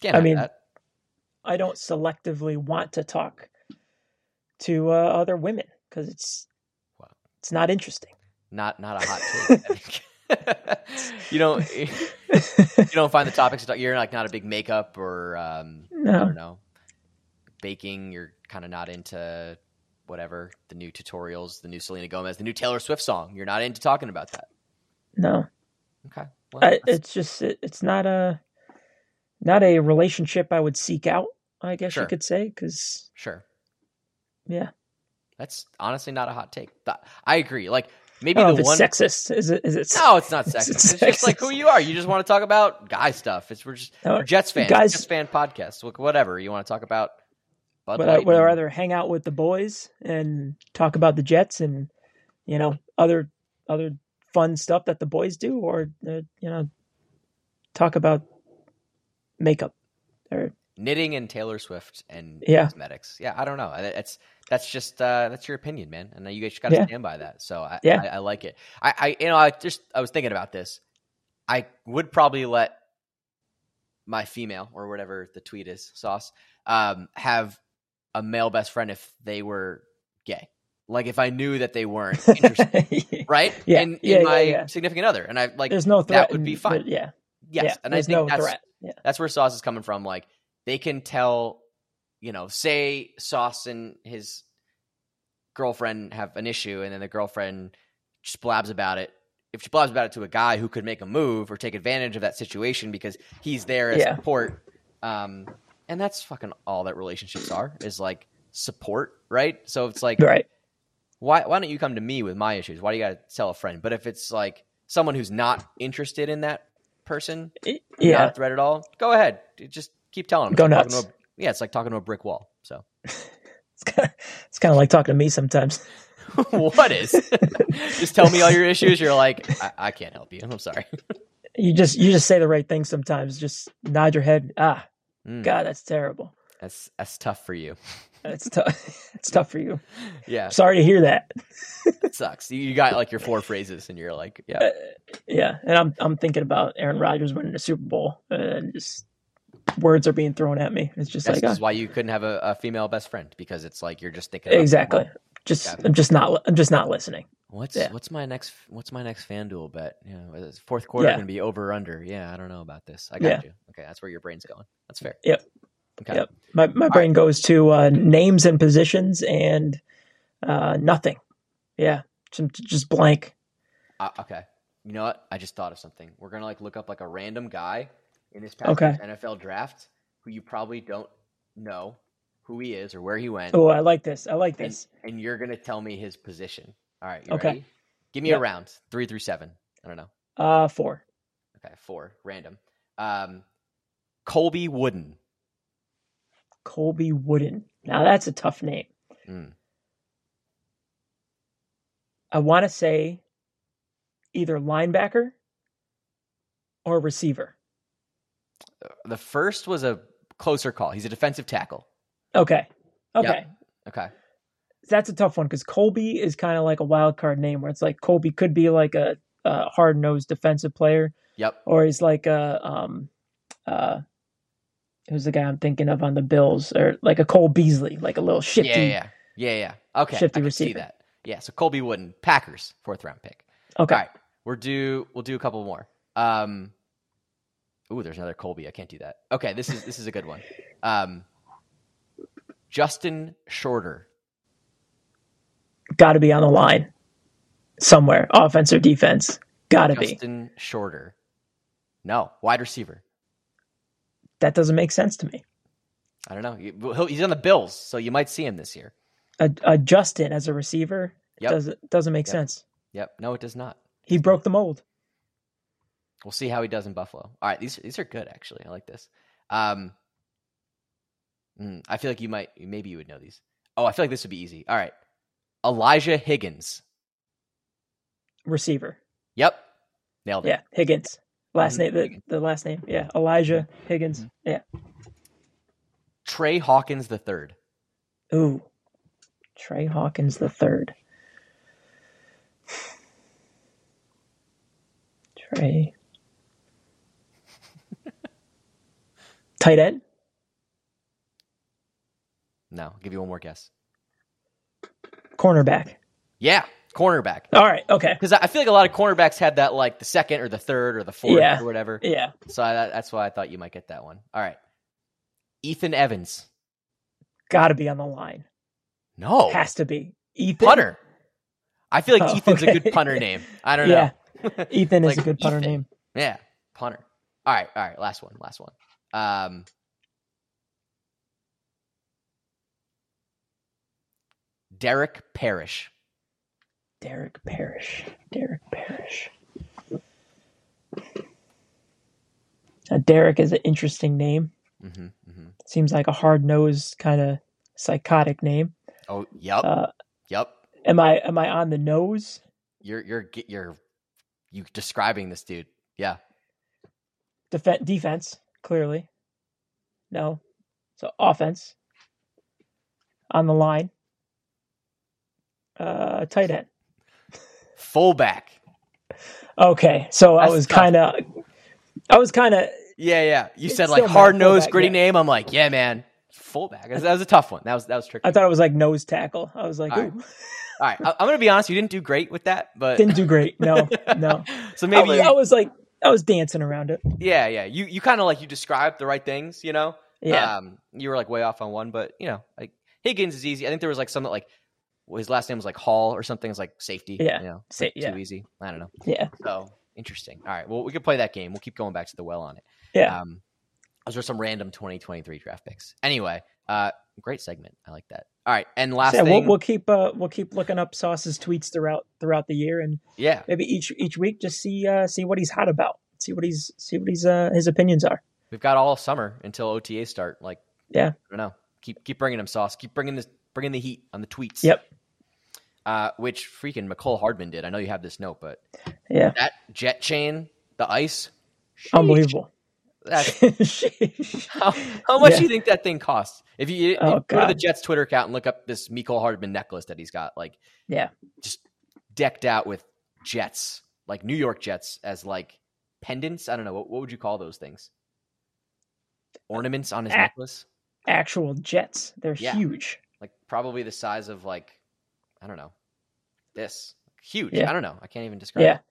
B: can't
C: I
B: have
C: mean,
B: that.
C: I don't selectively want to talk to uh, other women because it's
B: Wow.
C: it's not interesting.
B: Not not a hot take. I think. you don't you don't find the topics to talk. You're like not a big makeup or um, I
C: no,
B: don't know baking. You're kind of not into whatever the new tutorials, the new Selena Gomez, the new Taylor Swift song. You're not into talking about that.
C: no.
B: Okay, well,
C: I,
B: that's-
C: it's just it, it's not a not a relationship I would seek out. I guess
B: Sure.
C: you could say because
B: sure.
C: yeah,
B: That's honestly not a hot take. Th- I agree. Like maybe
C: I don't know
B: the
C: if it's
B: one
C: sexist. Is it? Is it?
B: No, it's not sexist.
C: It's
B: It's, just like
C: sexist.
B: who you are. You just want to talk about guy stuff. It's we're just
C: No,
B: we're Jets fans,
C: guys-
B: Jets fan podcast. Look, whatever you want to talk about. Bud
C: Would, I,
B: Light
C: would I
B: and-
C: rather hang out with the boys and talk about the Jets and you know other other fun stuff that the boys do, or uh, you know talk about makeup or
B: knitting and Taylor Swift and
C: Yeah.
B: cosmetics. Yeah, I don't know. That's that's just uh, that's your opinion, man, and you just got to
C: Yeah.
B: stand by that. So I,
C: Yeah.
B: I, I like it. I, I you know I just I was thinking about this. I would probably let my female or whatever the tweet is sauce um, have a male best friend if they were gay. Like if I knew that they weren't interested, right?
C: Yeah,
B: In,
C: yeah,
B: in
C: yeah,
B: my
C: yeah.
B: significant other, and I like
C: there's no threat.
B: would be
C: in-
B: fine.
C: Yeah.
B: yes,
C: yeah,
B: and I
C: there's
B: think
C: no
B: that's
C: threat. Yeah.
B: that's where sauce is coming from like they can tell you know say sauce and his girlfriend have an issue and then the girlfriend just blabs about it if she blabs about it to a guy who could make a move or take advantage of that situation because he's there as
C: Yeah.
B: support um and that's fucking all that relationships are is like support right so it's like
C: Right.
B: why why don't you come to me with my issues? Why do you gotta tell a friend? But if it's like someone who's not interested in that person,
C: Y-
B: not
C: Yeah.
B: a threat at all, go ahead. Just keep telling them.
C: Go
B: It's like talking
C: nuts.
B: to a- yeah, it's like talking to a brick wall. So
C: It's kind of it's kind of like talking to me sometimes.
B: what is? just tell me all your issues. You're like, I, I can't help you. I'm sorry.
C: You just you just say the right thing sometimes. Just nod your head. Ah,
B: Mm,
C: God, that's terrible.
B: that's that's tough for you.
C: That's tough. it's tough for you.
B: Yeah,
C: Sorry to hear that.
B: it sucks. You, you got like your four phrases, and you're like, yeah,
C: Uh, Yeah, and I'm I'm thinking about Aaron Rodgers winning the Super Bowl, uh, and just words are being thrown at me. It's just
B: that's
C: like uh,
B: just why you couldn't have a, a female best friend because it's like you're just thinking
C: ah,
B: about-
C: exactly. Just
B: Got
C: I'm just not li- I'm just not listening.
B: What's
C: Yeah.
B: what's my next what's my next FanDuel bet? You know, is fourth quarter
C: Yeah.
B: gonna be over or under? Yeah, I don't know about this. I got
C: Yeah.
B: you. Okay, that's where your brain's going. That's fair.
C: Yep.
B: Okay.
C: Yep. My my
B: right.
C: brain goes to uh, names and positions and uh, nothing. Yeah, just, just blank.
B: I, okay. You know what? I just thought of something. We're gonna like look up like a random guy in this past
C: Okay.
B: year's NFL draft who you probably don't know who he is or where he went,
C: Oh, I like this. I like
B: and,
C: this.
B: and you're gonna tell me his position. All right. You
C: Okay.
B: Ready? Give me a
C: Yep.
B: round three through seven. I don't know.
C: Uh, four.
B: Okay, four random. Um, Colby Wooden.
C: Colby Wooden. Now that's a tough name.
B: Mm.
C: I want to say either linebacker or receiver.
B: The first was a closer call. He's a defensive tackle.
C: Okay. Okay.
B: Okay.
C: That's a tough one because Colby is kind of like a wild card name where it's like Colby could be like a, a hard nosed defensive player
B: Yep.
C: or he's like a, um, uh, who's the guy I'm thinking of on the Bills or like a Cole Beasley, like a little shifty.
B: Yeah, yeah. Yeah, yeah. Okay.
C: Shifty
B: I can see
C: receiver.
B: that. Yeah, so Colby Wooden, Packers, fourth round pick.
C: Okay.
B: All right. We're do we'll do a couple more. Um Ooh, there's another Colby. I can't do that. Okay, this is this is a good one. Um Justin Shorter.
C: Got to be on the line somewhere, offense or defense. Got to be.
B: Justin Shorter. No, wide receiver.
C: That doesn't make sense to me.
B: I don't know. He- he'll- He's on the Bills, so you might see him this year.
C: a, a Justin as a receiver
B: Yep.
C: doesn't doesn't make
B: Yep.
C: sense.
B: Yep. No, it does not.
C: He broke the mold.
B: We'll see how he does in Buffalo. All right, these these are good actually. I like this. Um, mm, I feel like you might, maybe you would know these. Oh, I feel like this would be easy. All right, Elijah Higgins.
C: Receiver.
B: Yep, nailed it.
C: Yeah, Higgins. Last
B: Mhm,
C: name the,
B: Higgins. Mm-hmm.
C: the last name. Yeah, Elijah Higgins. Yeah.
B: Trey Hawkins the third.
C: Ooh. Trey Hawkins the 3rd. Trey Tight end?
B: No, I'll give you one more guess.
C: Cornerback.
B: Yeah, cornerback.
C: All right, okay.
B: Because I I feel like a lot of cornerbacks had that like the second or the third or the fourth
C: Yeah.
B: or whatever.
C: Yeah.
B: So I, that- that's why I thought you might get that one. All right, Ethan Evans.
C: Got to be on the line.
B: No,
C: Has to be. Ethan.
B: Oh. punter. I feel like
C: Oh,
B: Ethan's a
C: okay.
B: good punter name. I don't
C: Yeah.
B: know.
C: Ethan is
B: Like
C: a good punter
B: Ethan.
C: name.
B: Yeah, punter. All right, all right. Last one, last one. Um, Derek Parrish.
C: Derek Parrish. Derek Parrish. Now, Derek is an interesting name.
B: Mm-hmm, mm-hmm.
C: Seems like a hard nosed kind of psychotic name.
B: Oh, yep,
C: Uh,
B: yep.
C: am I am I on the nose?
B: You're you're ge- you're you describing this dude. Yeah,
C: Def- defense clearly. No, So offense on the line. Uh, tight end.
B: Fullback.
C: Okay, so I
B: That's
C: was
B: tough.
C: kind of, I was kind of
B: Yeah, yeah. You
C: It's
B: said like
C: still my
B: hard nosed,
C: fullback,
B: gritty
C: yeah.
B: name. I'm like, yeah, man. Fullback. That was a tough one. That was that was tricky.
C: I thought it was like nose tackle. I was like,
B: All right.
C: ooh,
B: All right, I, I'm gonna be honest. You didn't do great with that, but
C: didn't do great. No, no. Oh,
B: so
C: I
B: maybe
C: was,
B: you,
C: I was like, I was dancing around it.
B: yeah, yeah. You you kind of like you described the right things. You know,
C: Yeah,
B: Um, you were like way off on one, but you know, like Higgins is easy. I think there was like something like well, his last name was like Hall or something. It's like safety.
C: Yeah.
B: You know,
C: Sa- yeah.
B: too easy. I don't know.
C: yeah.
B: So interesting. All right. Well, we could play that game. We'll keep going back to the well on it.
C: Yeah.
B: Um, those are some random 2023 draft picks. Anyway, uh, great segment. I like that. All right. And last
C: So yeah, we'll,
B: thing.
C: we'll keep uh, we'll keep looking up Sauce's tweets throughout throughout the year, and
B: yeah.
C: maybe each each week just see uh, see what he's hot about, see what he's see what he's uh, his opinions are.
B: We've got all summer until OTA start. Like,
C: Yeah.
B: I don't know. Keep keep bringing them sauce. Keep bringing this, bringing the heat on the tweets.
C: Yep.
B: Uh, which freaking McCole Hardman did. I know you have this note, but
C: Yeah,
B: that jet chain, the ice, sheesh.
C: unbelievable.
B: That's-
C: Sheesh.
B: how, how much
C: Yeah.
B: do you think that thing costs? If you, you
C: Oh,
B: go to the
C: God.
B: Jets Twitter account and look up this Miko Hardman necklace that he's got, like
C: Yeah.
B: just decked out with Jets, like New York Jets, as like pendants. I don't know what, what would you call those things? Ornaments on his
C: Ah.
B: necklace,
C: Actual jets, they're
B: Yeah.
C: huge.
B: like probably the size of like I don't know this huge.
C: Yeah.
B: I don't know. I can't even describe.
C: Yeah,
B: It.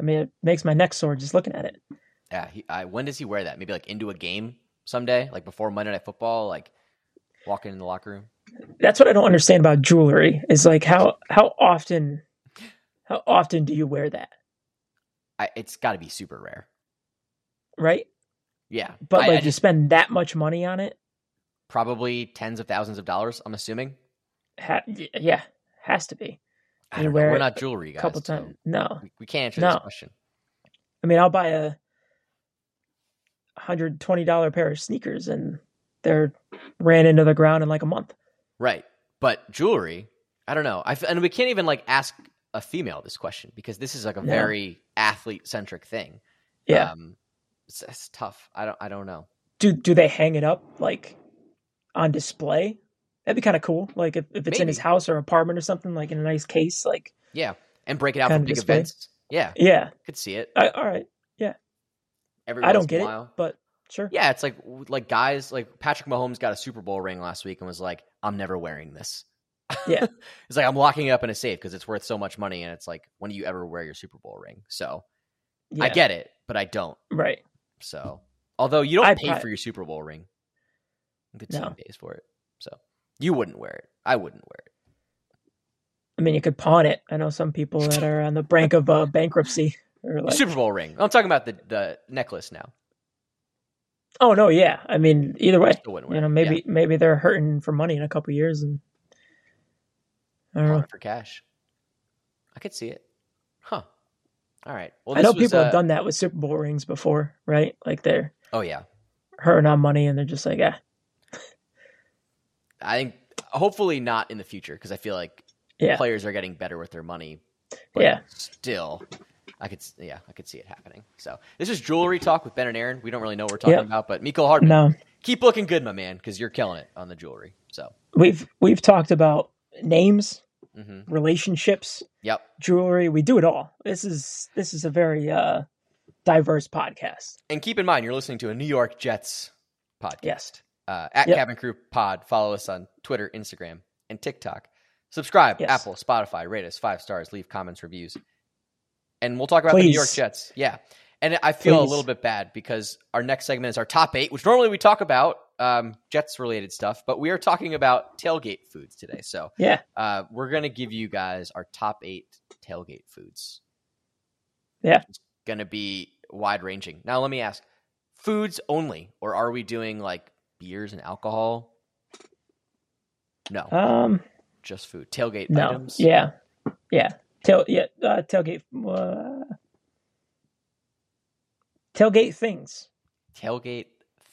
C: I mean, it makes my neck sore just looking at it.
B: Yeah. He, I, when does he wear that? Maybe like into a game someday, like before Monday Night Football, like walking in the locker room.
C: that's what I don't understand about jewelry is like how how often how often do you wear that,
B: I, it's got to be super rare.
C: right?
B: Yeah,
C: But
B: I- I
C: like you
B: just-
C: spend that much money on it,
B: probably tens of thousands of dollars. I'm assuming.
C: ha- y- yeah, has to be
B: I
C: You
B: don't know.
C: wear
B: We're
C: it
B: not jewelry
C: a
B: guys.
C: couple
B: so
C: times. No,
B: we- We can't answer
C: No.
B: this question.
C: I mean I'll buy a hundred twenty dollar pair of sneakers and they're ran into the ground in like a month.
B: Right, but jewelry. I don't know. I f- and we can't even like ask a female this question because this is like a
C: No.
B: very athlete centric thing.
C: Yeah,
B: um, it's, it's tough. I don't. I don't know.
C: Uh, do do they hang it up like on display? That'd be kind of cool. Like if, if it's in his
B: Maybe.
C: house or apartment or something, like in a nice case, like
B: Yeah, and break it out for
C: Kind of
B: big
C: display.
B: events. Yeah,
C: yeah,
B: could see it.
C: I, all right,
B: Every
C: Uh, I don't
B: once
C: get
B: in a
C: it,
B: while.
C: but sure.
B: Yeah, it's like like guys like Patrick Mahomes got a Super Bowl ring last week and was like, "I'm never wearing this."
C: Yeah.
B: it's like I'm locking it up in a safe because it's worth so much money, and it's like, when do you ever wear your Super Bowl ring? So I
C: Yeah.
B: get it, but I don't.
C: Right.
B: So although you don't
C: I
B: pay
C: pri-
B: for your Super Bowl ring, the team
C: No.
B: pays for it. So you wouldn't wear it. I wouldn't wear it.
C: I mean, you could pawn it. I know some people that are on the brink of uh, bankruptcy. Or
B: The
C: like,
B: Super Bowl ring. I'm talking about the the necklace now.
C: oh no, yeah. I mean, either
B: I
C: way,
B: still wouldn't wear
C: you know,
B: it.
C: maybe maybe they're hurting for money in a couple years, and I
B: yeah,
C: don't
B: pawn
C: know.
B: it for cash. I could see it. Huh. All right. Well,
C: I know
B: this was,
C: people
B: uh,
C: have done that with Super Bowl rings before, right? Like they're
B: Oh yeah.
C: hurting on money, and they're just like, ah,
B: I think hopefully not in the future because I feel like
C: Yeah.
B: players are getting better with their money.
C: Yeah.
B: Still, I could s- yeah I could see it happening. So this is jewelry talk with Ben and Aaron. We don't really know what we're talking
C: Yep.
B: about, but Miko Hardman,
C: no.
B: keep looking good, my man, because you're killing it on the jewelry. So
C: We've we've talked about names,
B: hmm
C: relationships,
B: yep,
C: jewelry. We do it all. This is this is a very uh, diverse podcast.
B: and keep in mind you're listening to a New York Jets podcast.
C: Yes.
B: uh, at
C: Yep.
B: Cabin Crew Pod. Follow us on Twitter, Instagram, and TikTok. Subscribe,
C: Yes.
B: Apple, Spotify, rate us five stars, leave comments, reviews, and we'll talk about the New York
C: Please.
B: Jets. Yeah, and I feel a
C: Please.
B: little bit bad because our next segment is our top eight, which normally we talk about um, Jets related stuff, but we are talking about tailgate foods today. So
C: Yeah.
B: uh, we're gonna give you guys our top eight tailgate foods.
C: Yeah.
B: it's gonna be wide ranging. Now let me ask: foods only, or are we doing like beers and alcohol? No,
C: Um.
B: just food. Tailgate
C: No.
B: items.
C: Yeah. Yeah. Tail. Yeah. Uh, tailgate. Uh, tailgate things.
B: Tailgate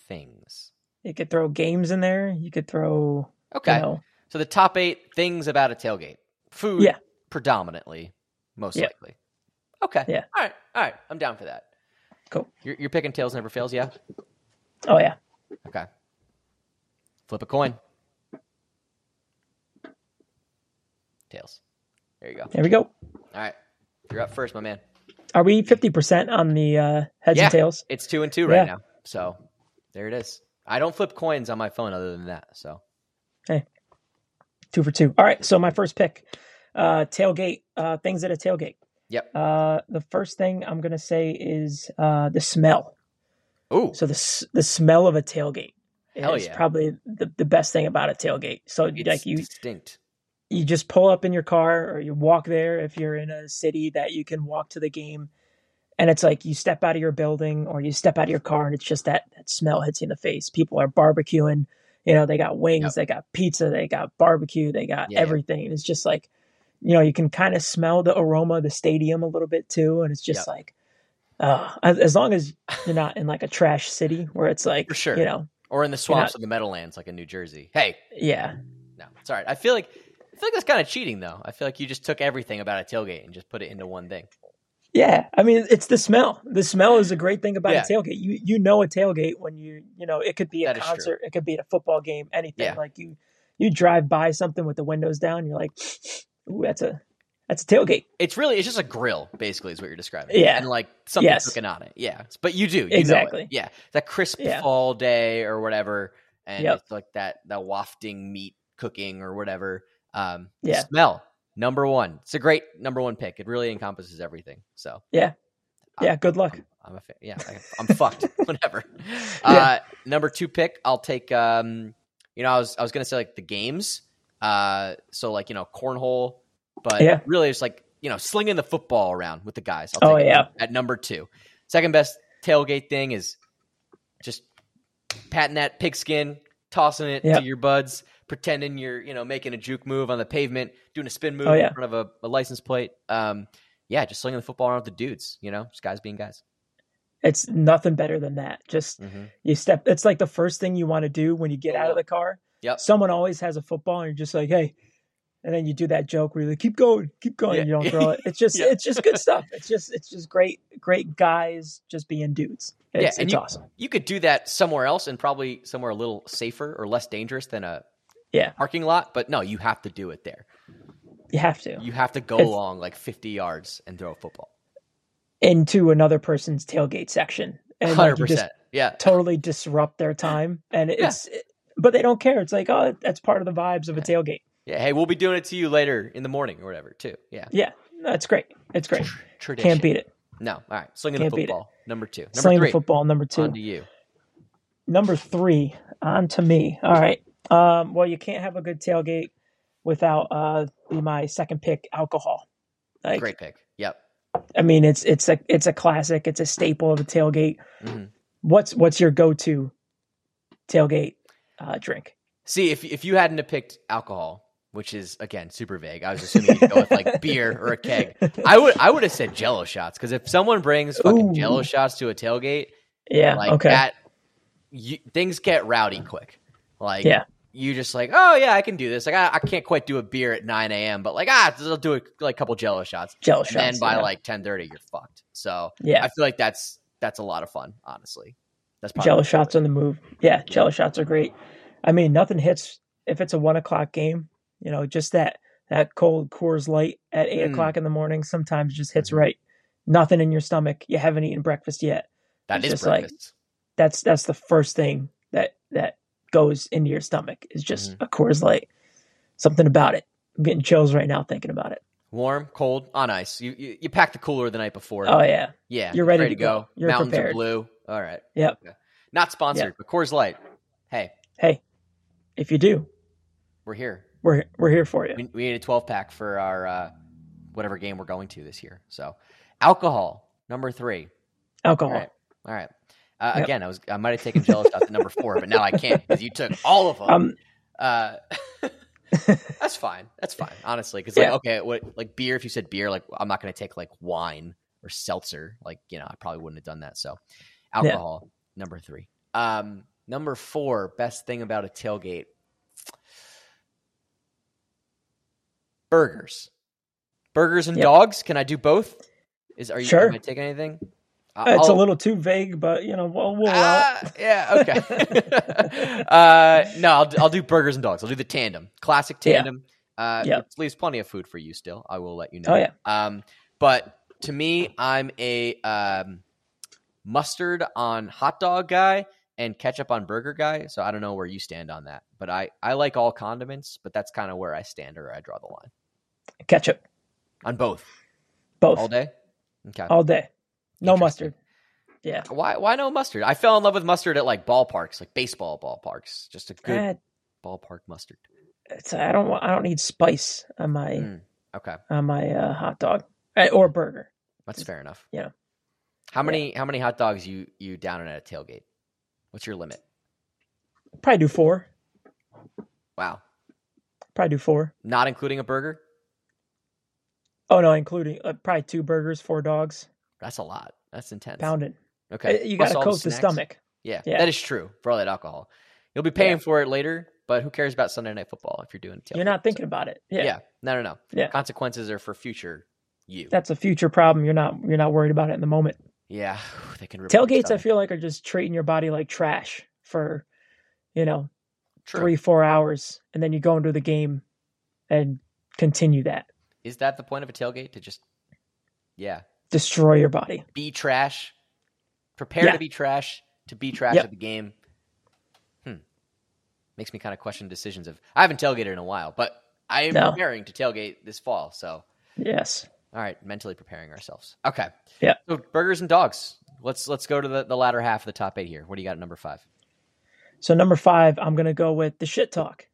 B: things.
C: You could throw games in there. You could throw.
B: Okay.
C: You know,
B: So the top eight things about a tailgate. Food
C: Yeah.
B: predominantly, most
C: Yeah.
B: likely. Okay.
C: Yeah.
B: All right. All right. I'm down for that.
C: Cool.
B: You're, you're picking tails never fails, yeah?
C: oh yeah.
B: Okay. Flip a coin. Tails. There you go.
C: There we go.
B: All right. You're up first, my man.
C: Are we 50% on the uh, heads
B: Yeah.
C: and tails?
B: It's two and two right
C: Yeah.
B: now. So there it is. I don't flip coins on my phone other than that. So
C: Two for two. All right. So my first pick uh, tailgate, uh, things at a tailgate.
B: Yep.
C: Uh, the first thing I'm going to say is uh, the smell.
B: Ooh.
C: Oh, So the, s- the smell of a tailgate.
B: Hell
C: is
B: yeah.
C: probably the, the best thing about a tailgate. So
B: it's
C: like you,
B: distinct.
C: you just pull up in your car or you walk there if you're in a city that you can walk to the game and it's like you step out of your building or you step out of your car and it's just that that smell hits you in the face people are barbecuing you know they got wings
B: Yep.
C: they got pizza they got barbecue they got
B: Yeah, yeah.
C: everything it's just like you know you can kind of smell the aroma of the stadium a little bit too and it's just
B: Yep.
C: like uh, as as long as you're not in like a trash city where it's like
B: For sure.
C: you know
B: Or in the swamps of the Meadowlands, like in New Jersey. Hey,
C: yeah
B: no, it's all right. I feel like I feel like that's kind of cheating, though. I feel like you just took everything about a tailgate and just put it into one thing.
C: Yeah, I mean it's the smell. The smell is a great thing about
B: Yeah.
C: a tailgate. You you know a tailgate when you you know it could be a
B: That is true.
C: concert, it could be at a football game, anything.
B: Yeah.
C: Like you you drive by something with the windows down, you're like, ooh, that's a that's a tailgate.
B: It's really it's just a grill, basically, is what you're describing.
C: Yeah.
B: and like something
C: Yes.
B: cooking on it. Yeah, but you do you know it.
C: Exactly.
B: Yeah, that crisp
C: Yeah.
B: fall day or whatever, and
C: Yep.
B: it's like that that wafting meat cooking or whatever. Um, the
C: Yeah.
B: smell number one. It's a great number one pick. It really encompasses everything. So
C: Yeah.
B: I'm-
C: Yeah, good luck.
B: I'm, I'm a fa- yeah, I- I'm fucked. Whatever. Uh, number two pick, I'll take. Um, you know, I was I was gonna say like the games. Uh, so like you know cornhole, but
C: Yeah.
B: really it's like you know slinging the football around with the guys.
C: Oh,
B: take
C: yeah.
B: at number two. Second best tailgate thing is just patting that pigskin, tossing it
C: Yep.
B: to your buds, pretending you're you know making a juke move on the pavement, doing a spin move
C: Oh, yeah.
B: in front of a, a license plate. Um, yeah, just slinging the football around with the dudes. You know, just guys being guys.
C: It's nothing better than that. Just
B: Mm-hmm.
C: you step it's like the first thing you want to do when you get
B: Oh,
C: out
B: yeah.
C: of the car.
B: Yep.
C: Someone always has a football and you're just like, hey. And then you do that joke where you're like, keep going, keep going,
B: Yeah.
C: and you don't throw it. It's just
B: Yeah.
C: it's just good stuff. It's just it's just great great guys just being dudes.
B: Yeah,
C: It's,
B: and
C: it's
B: you-
C: awesome.
B: you could do that somewhere else and probably somewhere a little safer or less dangerous than a
C: Yeah.
B: parking lot but no you have to do it there
C: You have to.
B: you have to go
C: It's-
B: along like 50 yards and throw a football
C: Into another person's tailgate section. And
B: 100%
C: like, you just
B: yeah
C: totally disrupt their time. And it's but they don't care. It's like, oh, that's part of the vibes of a tailgate.
B: yeah hey we'll be doing it to you later in the morning or whatever too yeah
C: Yeah. No, it's great. It's great.
B: Tr- tradition
C: Can't beat it.
B: no all right slinging the
C: Can't beat it.
B: football number two number
C: Slaying
B: three
C: the football number two.
B: on to you
C: number three on to me all right um well you can't have a good tailgate without uh be my second pick alcohol like
B: great pick yep
C: i mean it's it's a it's a classic it's a staple of a tailgate
B: Mhm.
C: what's what's your go-to tailgate uh drink
B: see if, if you hadn't have picked alcohol which is again super vague i was assuming you'd go with like beer or a keg i would i would have said jello shots because if someone brings fucking
C: Ooh.
B: jello shots to a tailgate
C: yeah
B: like
C: okay
B: that you, things get rowdy quick like
C: Yeah.
B: you just like oh yeah i can do this like i, I can't quite do a beer at 9 a.m but like ah i'll do a like couple jello shots
C: jello
B: and
C: shots
B: then by
C: yeah.
B: like 10.30 you're fucked so
C: yeah
B: i feel like that's that's a lot of fun honestly that's probably
C: jello shots on the move yeah jello shots are great i mean nothing hits if it's a one o'clock game you know just that that cold coors light at eight
B: Mm.
C: o'clock in the morning sometimes just hits
B: Mhm.
C: right nothing in your stomach you haven't eaten breakfast yet
B: that
C: it's
B: is
C: just like-
B: breakfast
C: that's that's the first thing that that goes into your stomach is just
B: Mm-hmm.
C: a coors light something about it i'm getting chills right now thinking about it
B: warm cold on ice you, you you pack the cooler the night before
C: oh yeah
B: yeah
C: you're ready to
B: go,
C: go. You're
B: mountains
C: prepared.
B: are blue all right
C: Yep.
B: Okay. not sponsored but coors light hey
C: hey if you do
B: we're here
C: we're we're here for you
B: we, we need a 12 pack for our uh, whatever game we're going to this year. So, alcohol number three. All
C: alcohol
B: right, all right. Uh,
C: Yep.
B: Again, I was I might have taken jealous out to number four, but now I can't because you took all of them.
C: um
B: uh, that's fine. That's fine. Honestly, because
C: Yeah.
B: like okay, what like beer? If you said beer, like I'm not going to take like wine or seltzer. Like you know, I probably wouldn't have done that. So, alcohol number three. Um, number four. Best thing about a tailgate. Burgers, burgers and
C: Yep.
B: dogs. Can I do both? Is are you
C: Sure.
B: am I taking anything?
C: Uh, it's a
B: I'll-
C: little too vague, but you know, we'll, we'll allow
B: Ah, yeah, okay. uh, no, I'll, I'll do burgers and dogs. I'll do the tandem, classic
C: Yeah.
B: tandem. Uh,
C: Yeah.
B: It leaves plenty of food for you still. I will let you know.
C: Oh, yeah.
B: Um, but to me, I'm a um, mustard on hot dog guy and ketchup on burger guy. So I don't know where you stand on that, but I, I like all condiments, but that's kind of where I stand or I draw the line
C: it. ketchup.
B: on both
C: Both
B: all day. Okay.
C: all day. No
B: Interesting.
C: mustard. Yeah.
B: Why why no mustard? I fell in love with mustard at like ballparks, like baseball ballparks. Just a good
C: Eh,
B: ballpark mustard.
C: it's, I don't want. I don't need spice on my
B: Mm, okay,
C: on my uh, hot dog Eh, or burger.
B: that's fair enough.
C: Yeah.
B: How many how many hot dogs you you down at a tailgate? What's your limit?
C: Probably do four.
B: Wow,
C: Probably do four.
B: not including a burger.
C: Oh no, including uh, probably two burgers, four dogs,
B: That's a lot. That's intense.
C: pounded.
B: Okay,
C: Eh, You
B: Plus
C: got to
B: all the
C: coat the
B: snacks.
C: stomach.
B: Yeah,
C: Yeah.
B: that is true for all that alcohol. You'll be paying for it later, but who cares about Sunday night football if you're doing a tailgate?
C: You're not thinking about it.
B: So-
C: Yeah.
B: Yeah. no, no, no.
C: Yeah.
B: consequences are for future you.
C: That's a future problem. You're not you're not worried about it in the moment.
B: yeah, they can ruin your
C: Tailgates I
B: stomach.
C: feel like are just treating your body like trash for you know,
B: True.
C: 3 4 hours and then you go into the game and continue that.
B: Is that the point of a tailgate to just, yeah,
C: Destroy your body.
B: be trash, prepare
C: Yeah.
B: to be trash, to be trash
C: Yep.
B: at the game? Hmm. Makes me kind of question decisions of I haven't tailgated in a while, but I am
C: No.
B: preparing to tailgate this fall. So,
C: Yes.
B: all right, mentally preparing ourselves. Okay.
C: Yeah.
B: So burgers and dogs. Let's let's go to the, the latter half of the top eight here. What do you got at number five?
C: So number 5, I'm going to go with the shit talk.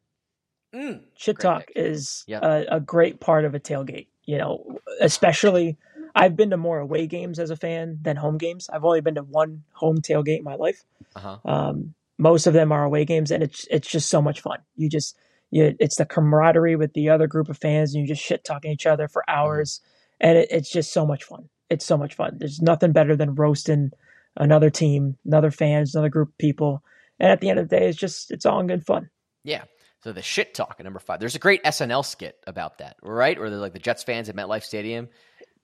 B: Mm.
C: shit
B: Great
C: talk
B: pick.
C: is
B: Yep.
C: a, a great part of a tailgate you know especially i've been to more away games as a fan than home games i've only been to one home tailgate in my life
B: Uh huh.
C: um, most of them are away games and it's it's just so much fun you just you, it's the camaraderie with the other group of fans and you just shit talking each other for hours and it, it's just so much fun it's so much fun there's nothing better than roasting another team another fans another group of people and at the end of the day it's just it's all in good fun
B: Yeah. So the shit talk at number five. There's a great SNL skit about that, right? Where they're like the Jets fans at MetLife Stadium.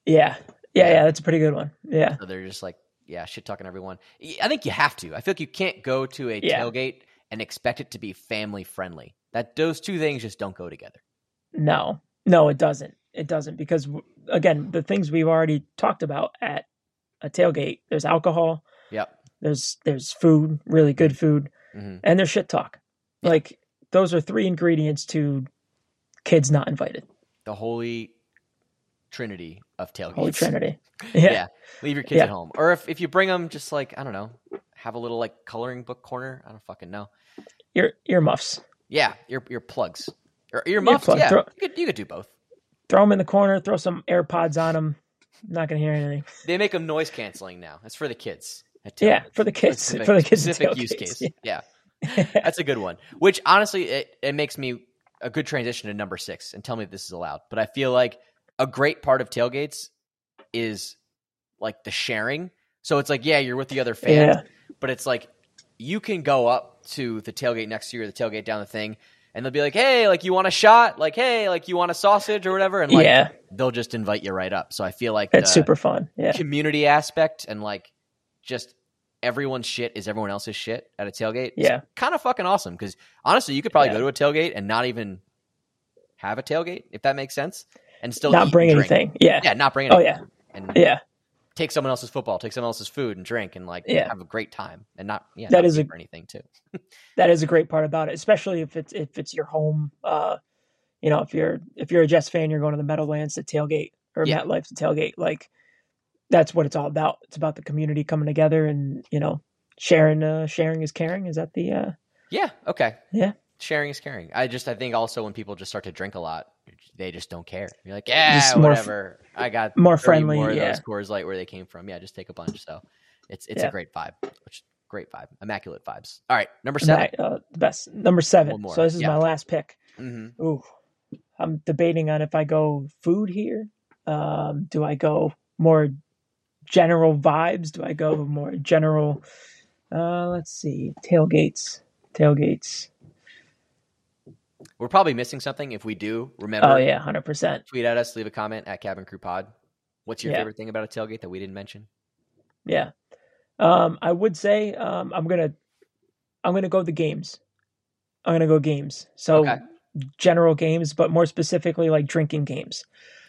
C: yeah yeah yeah that's a pretty good one yeah
B: So they're just like, yeah, shit talking everyone. Y- I think you have to. I feel like you can't go to a
C: Yeah.
B: tailgate and expect it to be family friendly. That those two things just don't go together.
C: No, no, it doesn't. It doesn't because w- again, the things we've already talked about at a tailgate. There's alcohol.
B: Yep.
C: There's there's food, really good food,
B: hmm
C: and there's shit talk.
B: Yeah.
C: Like those are three ingredients to kids not invited.
B: The holy trinity of tailgates.
C: Holy Trinity.
B: Yeah.
C: Yeah.
B: Leave your kids
C: Yeah.
B: at home, or if if you bring them, just like I don't know, have a little like coloring book corner. I don't fucking know.
C: Ear earmuffs.
B: Yeah, your your plugs, or earmuffs.
C: plug,
B: yeah,
C: throw-
B: you could you could do both.
C: Throw them in the corner. Throw some AirPods on them. Not gonna hear anything.
B: They make them noise canceling now. That's for the kids. at
C: Yeah,
B: tailgates.
C: for the kids-
B: Specific-
C: for the kids at
B: Specific use
C: tailgates,
B: case. Yeah. That's a good one. Which honestly, it, it makes me a good transition to number six. And tell me if this is allowed. But I feel like a great part of tailgates is like the sharing. So it's like, yeah, you're with the other fans,
C: Yeah.
B: but it's like you can go up to the tailgate next to you or the tailgate down the thing, and they'll be like, hey, like you want a shot? Like hey, like you want a sausage or whatever? And like
C: yeah,
B: they'll just invite you right up. So I feel like
C: it's
B: the-
C: super fun. Yeah,
B: uh, community aspect and like just everyone's shit is everyone else's shit at a tailgate.
C: yeah,
B: Kind of fucking awesome because honestly, you could probably
C: Yeah.
B: go to a tailgate and not even have a tailgate if that makes sense, and still eat
C: not
B: and
C: bring
B: drink.
C: anything. Yeah.
B: Yeah, not bring
C: Oh
B: anything.
C: yeah,
B: and
C: yeah.
B: take someone else's football, take someone else's food and drink, and like
C: Yeah.
B: have a great time and not yeah
C: That
B: not
C: is
B: pay
C: a-
B: for anything too.
C: that is a great part about it, especially if it's if it's your home. Uh, you know, if you're if you're a Jets fan, you're going to the Meadowlands to tailgate or
B: Yeah.
C: MetLife to tailgate. Like that's what it's all about. It's about the community coming together and you know sharing. Uh, sharing is caring. Is that the uh,
B: Yeah. Okay.
C: Yeah.
B: Sharing is caring. I just I think also when people just start to drink a lot, they just don't care. You're like, yeah,
C: Just more f-
B: whatever. I got
C: more
B: 30
C: friendly?
B: More of
C: yeah,
B: those Coors Light where they came from. Yeah, just take a bunch. So it's it's a
C: Yeah.
B: great vibe, which great vibe, immaculate vibes. All right, number seven.
C: Ma- uh, the best number seven.
B: One more,
C: So this is
B: yeah.
C: my last pick.
B: Mm-hmm.
C: Ooh, I'm debating on if I go food here. Um, do I go more general vibes? Do I go more general? Uh, let's see, tailgates, tailgates.
B: We're probably missing something. If we do, remember
C: Oh yeah, hundred percent.
B: tweet at us, leave a comment at Cabin Crew Pod. What's your
C: Yeah.
B: favorite thing about a tailgate that we didn't mention?
C: Yeah. Um, I would say um, I'm gonna I'm gonna go the games. I'm gonna go games. So
B: Okay.
C: general games, but more specifically like drinking games.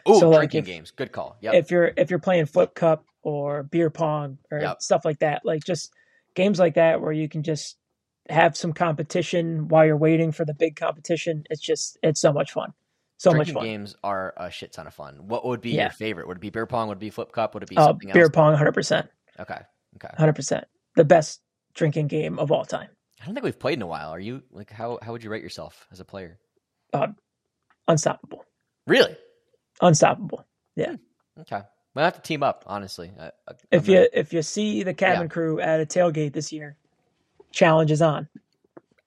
B: Ooh,
C: So, like,
B: drinking
C: if-
B: games. Good call. Yep.
C: If you're if you're playing flip cup or beer pong or
B: Yep.
C: stuff like that, like just games like that where you can just have some competition while you're waiting for the big competition. It's just it's so much fun. So
B: drinking
C: much fun.
B: games are a shit ton of fun. What would be
C: Yeah.
B: your favorite? Would it be beer pong? Would it be flip cup? Would it be
C: Uh,
B: something
C: beer
B: else?
C: pong 100%.
B: Okay. Okay.
C: 100%. The best drinking game of all time.
B: I don't think we've played in a while. Are you like how how would you rate yourself as a player?
C: Unstoppable.
B: Really?
C: Unstoppable.
B: Okay. We'll have to team up, honestly. I, I,
C: If
B: I'm
C: you
B: gonna-
C: if you see the cabin crew at a tailgate this year, challenge is on.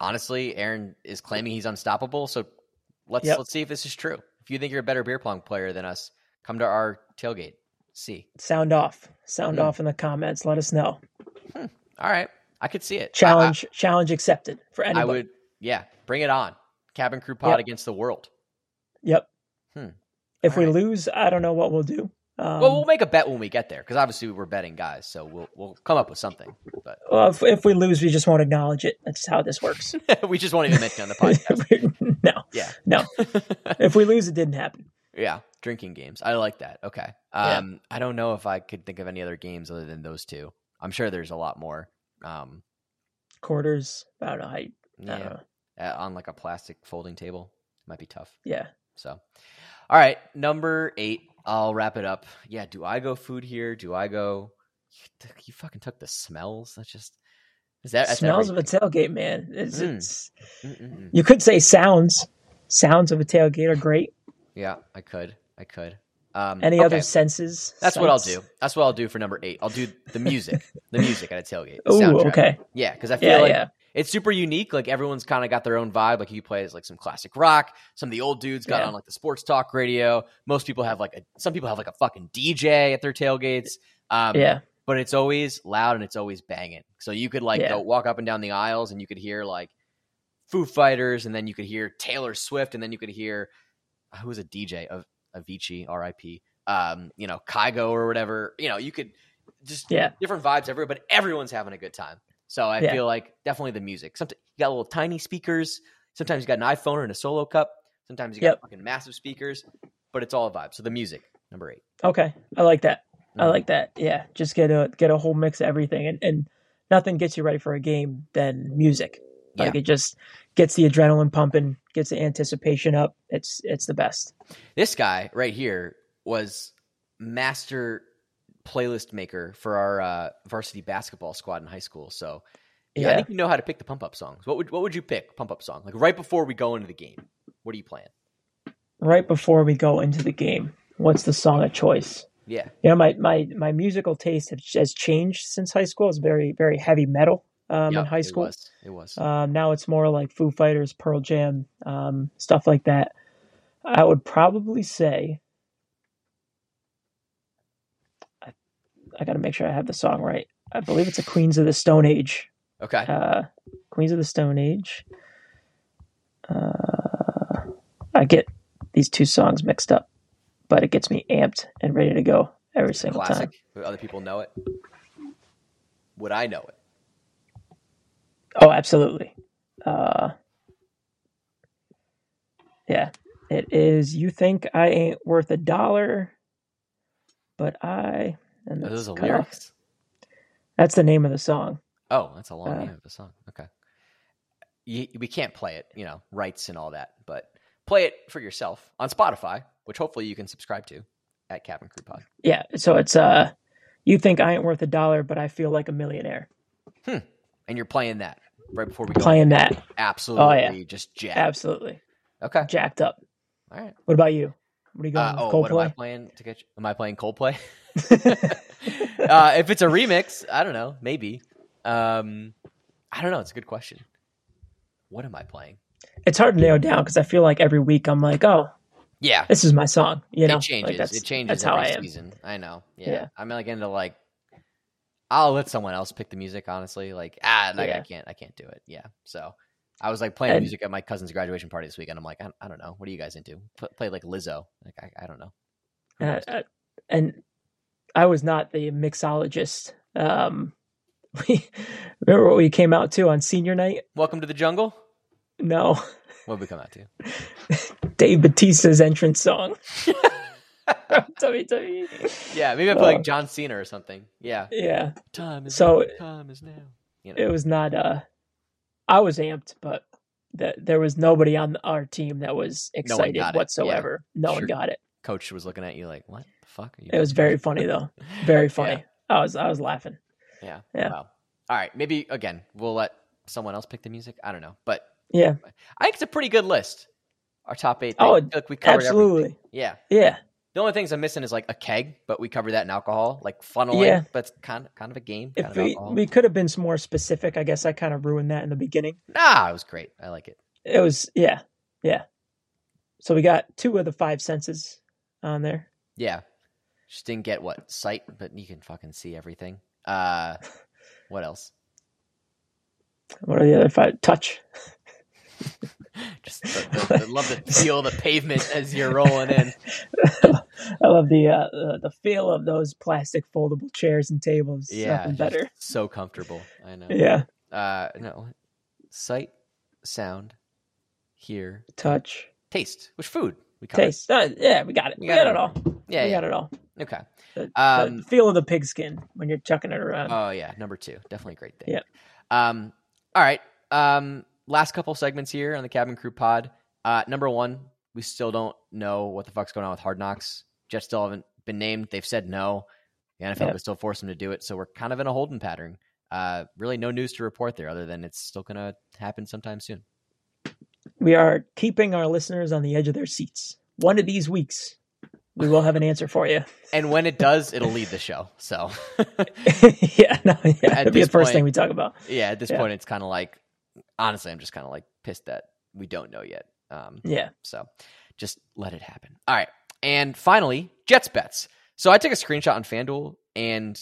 B: honestly, Aaron is claiming he's unstoppable, so let's
C: Yep.
B: let's see if this is true. If you think you're a better beer pong player than us, come to our tailgate. See.
C: Sound off. Sound
B: Hmm.
C: off in the comments. Let us know.
B: All right. I could see it. I- I-
C: Challenge challenge accepted for
B: I,
C: anybody.
B: would yeah, bring it on. Cabin crew pod
C: Yep.
B: against the world.
C: Yep.
B: Hmm.
C: If
B: All
C: we
B: right.
C: lose, I don't know what we'll do. Um,
B: well, we'll make a bet when we get there because obviously we're betting guys, so we'll we'll come up with something. But
C: well, if, if we lose, we just won't acknowledge it. That's how this works.
B: we just won't even mention it on the podcast.
C: no,
B: Yeah.
C: no. If we lose, it didn't happen.
B: yeah, drinking games. I like that. Okay.
C: Yeah.
B: Um, I don't know if I could think of any other games other than those two. I'm sure there's a lot more. Um,
C: Quarters. I don't know. I, I don't
B: yeah,
C: know.
B: uh, on like a plastic folding table might be tough.
C: Yeah.
B: So, all right, number eight. I'll wrap it up. Yeah, do I go food here? Do I go? You, took- you fucking took the smells. That's just is that that's
C: Smells of a
B: every-
C: tailgate, man. It's,
B: Mm.
C: it's
B: Mm, mm, mm.
C: you could say sounds. Sounds of a tailgate are great.
B: Yeah, I could. I could. Um,
C: Any other
B: okay,
C: senses?
B: That's what I'll
C: sights?
B: do. That's what I'll do for number eight. I'll do the music, the music at a tailgate. the
C: Ooh,
B: soundtrack.
C: okay.
B: Yeah, because I feel
C: Yeah,
B: like
C: yeah.
B: it's super unique. Like everyone's kind of got their own vibe. Like you play as like some classic rock. Some of the old dudes got
C: Yeah.
B: on like the sports talk radio. Most people have like a. Some people have like a fucking DJ at their tailgates. Um,
C: yeah.
B: But it's always loud and it's always banging. So you could like
C: Yeah.
B: go walk up and down the aisles and you could hear like Foo Fighters and then you could hear Taylor Swift and then you could hear who was a DJ of Avicii, R.I.P. Um, you know, Kygo or whatever. You know, you could just
C: Yeah.
B: different vibes everywhere, but everyone's having a good time. So I
C: Yeah.
B: feel like definitely the music. Sometimes you got little tiny speakers. Sometimes you got an iPhone and a solo cup. Sometimes you got
C: Yep.
B: fucking massive speakers, but it's all a vibe. So the music, number eight.
C: Okay. I like that. I
B: Mhm.
C: like that. Yeah. Just get a get a whole mix of everything and, and nothing gets you ready for a game than music. Like it just gets the adrenaline pumping, gets the anticipation up. It's it's the best.
B: This guy right here was master playlist maker for our uh, varsity basketball squad in high school. So yeah, I
C: Yeah.
B: think you know how to pick the pump up songs. What would what would you pick pump up song like right before we go into the game? What are you playing?
C: Right before we go into the game, what's the song of choice?
B: Yeah,
C: you know my my my musical taste has, has changed since high school it's very very heavy metal um
B: yeah,
C: in high school
B: It was. It was.
C: um now it's more like foo fighters pearl jam um stuff like that i would probably say i, I gotta make sure i have the song right i believe it's a queens of the stone age
B: okay.
C: uh, Queens of the Stone Age. Uh, I get these two songs mixed up, but it gets me amped and ready to go every single
B: Classic.
C: time.
B: Would other people know it? Would I know it?
C: Oh, absolutely. Uh, yeah, it is. You think I ain't worth a dollar, but I. And
B: Are
C: that's
B: those the
C: cut off.
B: lyrics?
C: That's the name of the song.
B: Oh, that's a long
C: Uh,
B: name of a song. Okay. You, we can't play it, you know, rights and all that, but play it for yourself on Spotify, which hopefully you can subscribe to at Cabin Crew Pod.
C: Yeah, so it's uh, you think I ain't worth a dollar, but I feel like a millionaire.
B: And you're playing that right before we go.
C: Playing that,
B: Absolutely.
C: Oh,
B: Just jam.
C: absolutely
B: okay.
C: jacked up.
B: All right.
C: What about you? What are you going
B: Uh, oh, what
C: with?
B: am I
C: Coldplay?
B: playing to get? You? Am I playing Coldplay? uh, if it's a remix, I don't know. Maybe. Um, I don't know. It's a good question. What am I playing?
C: It's hard to nail down because I feel like every week I'm like, oh,
B: Yeah,
C: this is my song. You know,
B: it
C: Like,
B: changes.
C: that's-
B: it changes
C: That's how
B: every
C: I am.
B: season. I know. Yeah.
C: Yeah.
B: I'm like into like I'll let someone else pick the music, honestly. Like, ah, like I
C: Yeah.
B: can't I can't do it. Yeah. So I was like playing
C: And-
B: music at my cousin's graduation party this weekend. I'm like, I, I don't know. What are you guys into? P- play like Lizzo. Like
C: Uh,
B: I, I don't know. Who
C: And
B: knows?
C: I, I- and I was not the mixologist Um, we remember what we came out to on senior night?
B: Welcome to the jungle.
C: No,
B: What did we come out to?
C: Dave Batista's entrance song. From WWE.
B: Yeah, maybe I play
C: Uh,
B: like John Cena or something. Yeah.
C: Yeah,
B: Time is
C: So-
B: now, time is now. You know.
C: it was not. Uh, I was amped, but th- there was nobody on our team that was
B: one
C: excited
B: got it.
C: whatsoever. No one
B: Sure.
C: got it.
B: Coach was looking at you like, "What the fuck are you?"
C: It was very funny though. Very funny. I was I was laughing.
B: Yeah.
C: Yeah.
B: Wow. All right. Maybe again, we'll let someone else pick the music. I don't know, but
C: Yeah.
B: I think it's a pretty good list. Our top eight.
C: Oh,
B: thing. Look, we covered
C: Absolutely.
B: everything. Yeah.
C: Yeah.
B: The only things I'm missing is like a keg, but we covered that in alcohol, like funneling,
C: Yeah.
B: but it's kind of kind of a game. Kind
C: If
B: of
C: we,
B: alcohol.
C: we could have been some more specific, I guess I kind of ruined that in the beginning.
B: nah, it was great. I like it.
C: It was yeah. Yeah. So we got two of the five senses on there.
B: Yeah. Just didn't get what sight, but you can fucking see everything. Uh, what else?
C: What are the other five? Touch.
B: Just the, the, the, love to feel the pavement as you're rolling in.
C: I love the uh, the- the feel of those plastic foldable chairs and tables.
B: Yeah,
C: Nothing
B: just
C: better.
B: So comfortable. I know.
C: Yeah.
B: Uh, no, sight, sound, hear,
C: Touch.
B: taste. Which food we covered?
C: Taste. Uh, yeah, we got it. We, got, it all.
B: Yeah,
C: we
B: yeah.
C: got it all.
B: Okay.
C: The-
B: Um,
C: the feel of the pigskin when you're chucking it around.
B: Oh yeah, number two, definitely a great thing.
C: Yeah.
B: Um. All right. Um. Last couple segments here on the Cabin Crew Pod. Uh, number one, we still don't know what the fuck's going on with Hard Knocks. Jets still haven't been named. They've said no. The NFL
C: Yeah.
B: could still force them to do it, so we're kind of in a holding pattern. Uh, really, no news to report there, other than it's still going to happen sometime soon.
C: we are keeping our listeners on the edge of their seats. One of these weeks, we will have an answer for you.
B: And when it does, it'll lead the show. So,
C: yeah, no, yeah,
B: At
C: it'll be the
B: this
C: first
B: point-
C: thing we talk about.
B: yeah, at this
C: Yeah.
B: point, it's kind of like, honestly, I'm just kind of like pissed that we don't know yet. Um,
C: Yeah,
B: So just let it happen. All right. And finally, Jets bets. So I took a screenshot on FanDuel and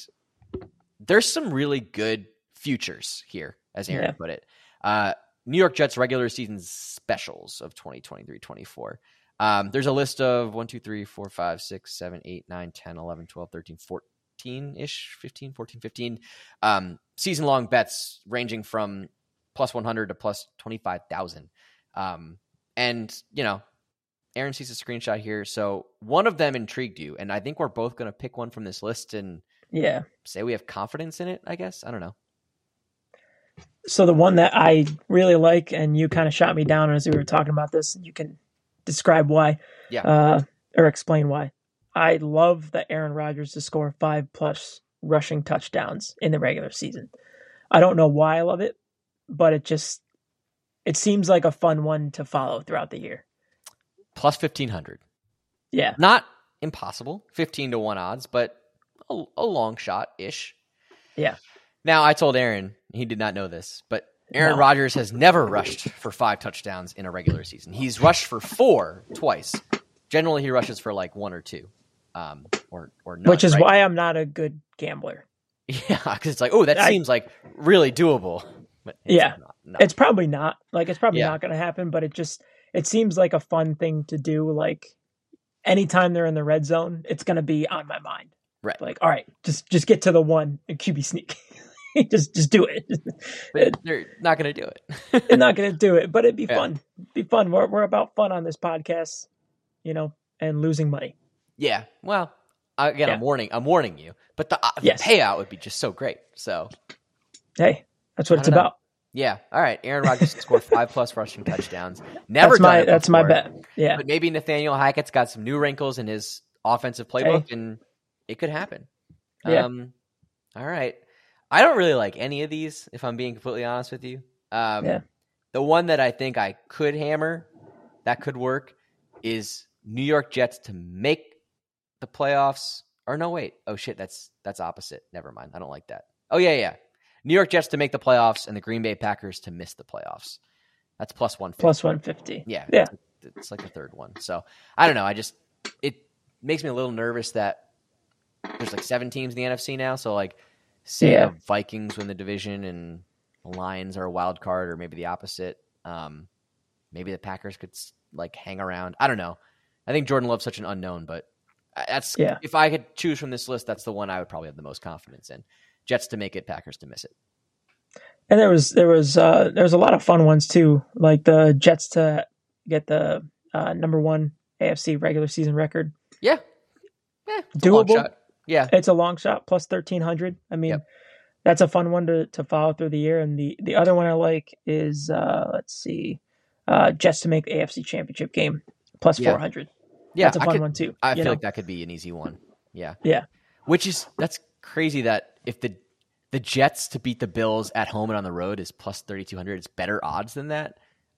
B: there's some really good futures here, as Aaron
C: Yeah.
B: put it. Uh, New York Jets regular season specials of 2023 24. Um, there's a list of 1, 2, 3, 4, 5, 6, 7, 8, 9, 10, 11, 12, 13, 14 ish, 15, 14, 15. Um, season long bets ranging from plus 100 to plus 25,000. Um, and, you know, Aaron sees a screenshot here. So one of them intrigued you. And I think we're both going to pick one from this list and
C: yeah.
B: say we have confidence in it, I guess. I don't know.
C: So the one that I really like, and you kind of shot me down as we were talking about this, and you can describe why,
B: Yeah.
C: uh, or explain why. I love that Aaron Rodgers to score five plus rushing touchdowns in the regular season. I don't know why I love it, but it just it seems like a fun one to follow throughout the year.
B: Plus 1,500.
C: Yeah,
B: Not impossible. 15 to 1 odds, but a, a long shot ish.
C: Yeah.
B: Now, I told Aaron, he did not know this, but Aaron
C: No.
B: Rodgers has never rushed for five touchdowns in a regular season. He's rushed for four twice. Generally, he rushes for like one or two. Um, or, or none,
C: which is
B: right?
C: why I'm not a good gambler.
B: Yeah, because it's like, oh, that
C: I-
B: seems like really doable. But it's
C: Yeah.
B: not, no.
C: It's probably not. Like it's probably
B: Yeah.
C: not going to happen, but it just it seems like a fun thing to do like anytime they're in the red zone, it's going to be on my mind.
B: Right.
C: Like all right, just just get to the one and QB sneak. just just do it.
B: But they're not going to do it.
C: They're not going to do it, but it'd be
B: Yeah.
C: fun. Be fun. We're we're about fun on this podcast, you know, and losing money.
B: yeah. Well, again, I'm
C: Yeah.
B: warning. I'm warning you. But the, uh, the
C: Yes.
B: payout would be just so great. So
C: Hey, that's what
B: I
C: it's
B: don't know.
C: about.
B: yeah. All right. Aaron Rodgers can score five plus rushing touchdowns. Never
C: that's
B: done
C: my
B: it
C: that's my
B: before.
C: bet. Yeah.
B: But maybe Nathaniel Hackett's got some new wrinkles in his offensive playbook, and it could happen.
C: Yeah.
B: Um, all right. I don't really like any of these, if I'm being completely honest with you. Um,
C: Yeah.
B: The one that I think I could hammer, that could work, is New York Jets to make the playoffs. Or no, wait. Oh shit, that's that's opposite. Never mind. I don't like that. Oh yeah, yeah. New York Jets to make the playoffs, and the Green Bay Packers to miss the playoffs. That's plus one.
C: Plus 150.
B: Yeah.
C: Yeah.
B: It's like the third one. So I don't know. I just it makes me a little nervous that there's like seven teams in the NFC now. So like say
C: Yeah.
B: the Vikings win the division and the Lions are a wild card or maybe the opposite. Um maybe the Packers could s- like hang around. I don't know. I think Jordan Love's such an unknown, but I- that's
C: Yeah.
B: if I could choose from this list, that's the one I would probably have the most confidence in. Jets to make it, Packers to miss it.
C: And there was there was uh, there was a lot of fun ones too, like the Jets to get the uh, number one AFC regular season record.
B: Yeah. Eh, it's a long
C: Doable.
B: shot. Yeah.
C: It's a long shot, plus thirteen hundred. I mean,
B: Yep.
C: that's a fun one to, to follow through the year. And the the other one I like is uh, let's see, uh, Jets to make the AFC Championship game, plus
B: Yeah.
C: four hundred.
B: Yeah.
C: that's a
B: I
C: fun
B: could-
C: one too.
B: I
C: you
B: feel
C: know?
B: like that could be an easy one. Yeah.
C: Yeah.
B: Which is that's crazy that if the the Jets to beat the Bills at home and on the road is plus thirty two hundred, it's better odds than that.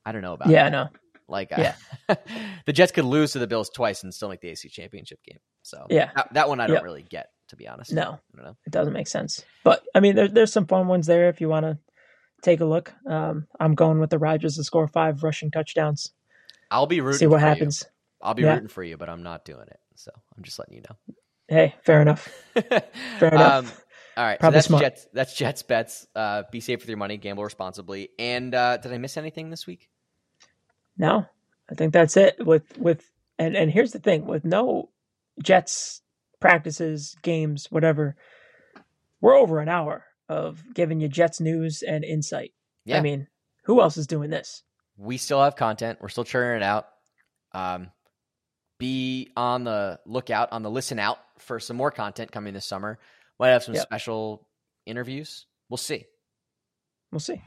B: I don't know about
C: yeah,
B: that.
C: I know.
B: Like I- the Jets could lose to the Bills twice and still make the AC championship game. So
C: Yeah.
B: that, that one I don't
C: Yep.
B: really get to be honest.
C: No.
B: I don't know.
C: it doesn't make sense. But I mean, there, there's some fun ones there if you want to take a look. Um, I'm going with the Rodgers to score five rushing touchdowns.
B: I'll be rooting.
C: See what
B: for you.
C: happens.
B: I'll be
C: Yeah.
B: rooting for you, but I'm not doing it. So I'm just letting you know.
C: Hey, fair enough. Fair enough.
B: Um, all right. so
C: Probably
B: that's
C: smart.
B: Jets. That's Jets bets. Uh, be safe with your money. Gamble responsibly. And uh, did I miss anything this week?
C: No, I think that's it. With with and and here's the thing: with no Jets practices, games, whatever, we're over an hour of giving you Jets news and insight.
B: Yeah.
C: I mean, who else is doing this?
B: we still have content. We're still churning it out. Um, be on the lookout, on the listen out for some more content coming this summer. Might have some
C: Yep.
B: special interviews. We'll see.
C: We'll see.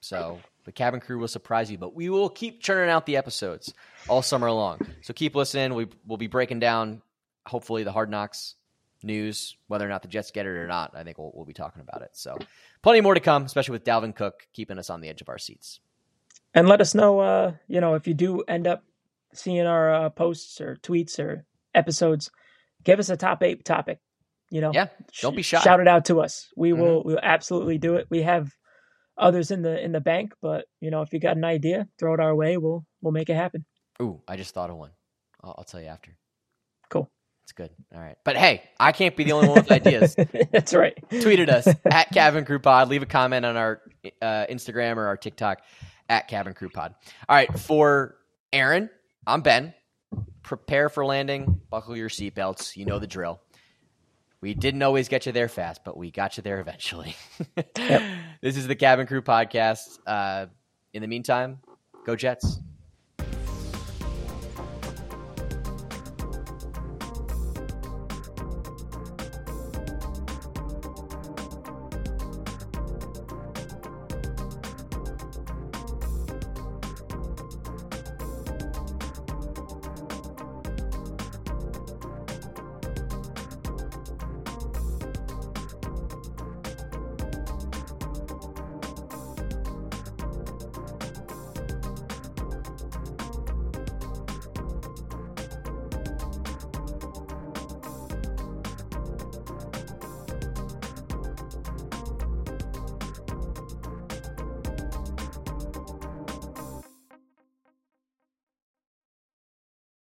B: So the cabin crew will surprise you, but we will keep churning out the episodes all summer long. So keep listening. We will be breaking down, hopefully, the hard knocks news, whether or not the Jets get it or not. I think we'll, we'll be talking about it. So plenty more to come, especially with Dalvin Cook keeping us on the edge of our seats.
C: and let us know uh you know if you do end up seeing our uh, posts or tweets or episodes give us a top eight topic you know
B: Yeah, don't be
C: Sh-
B: shy. Mm-hmm.
C: shout it out to us we will we'll absolutely do it we have others in the in the bank but you know if you got an idea throw it our way we'll we'll make it happen
B: Ooh, I just thought of one. I'll, I'll tell you after.
C: Cool.
B: It's good. All right. But hey, I can't be the only one with ideas.
C: that's right
B: Tweeted us at Cabin Crew Pod. Leave a comment on our uh, Instagram or our TikTok at Cabin Crew Pod. All right. For Aaron, I'm Ben. Prepare for landing. Buckle your seatbelts. You know the drill. We didn't always get you there fast, but we got you there eventually. This is the Cabin Crew Podcast. Uh, in the meantime, go Jets.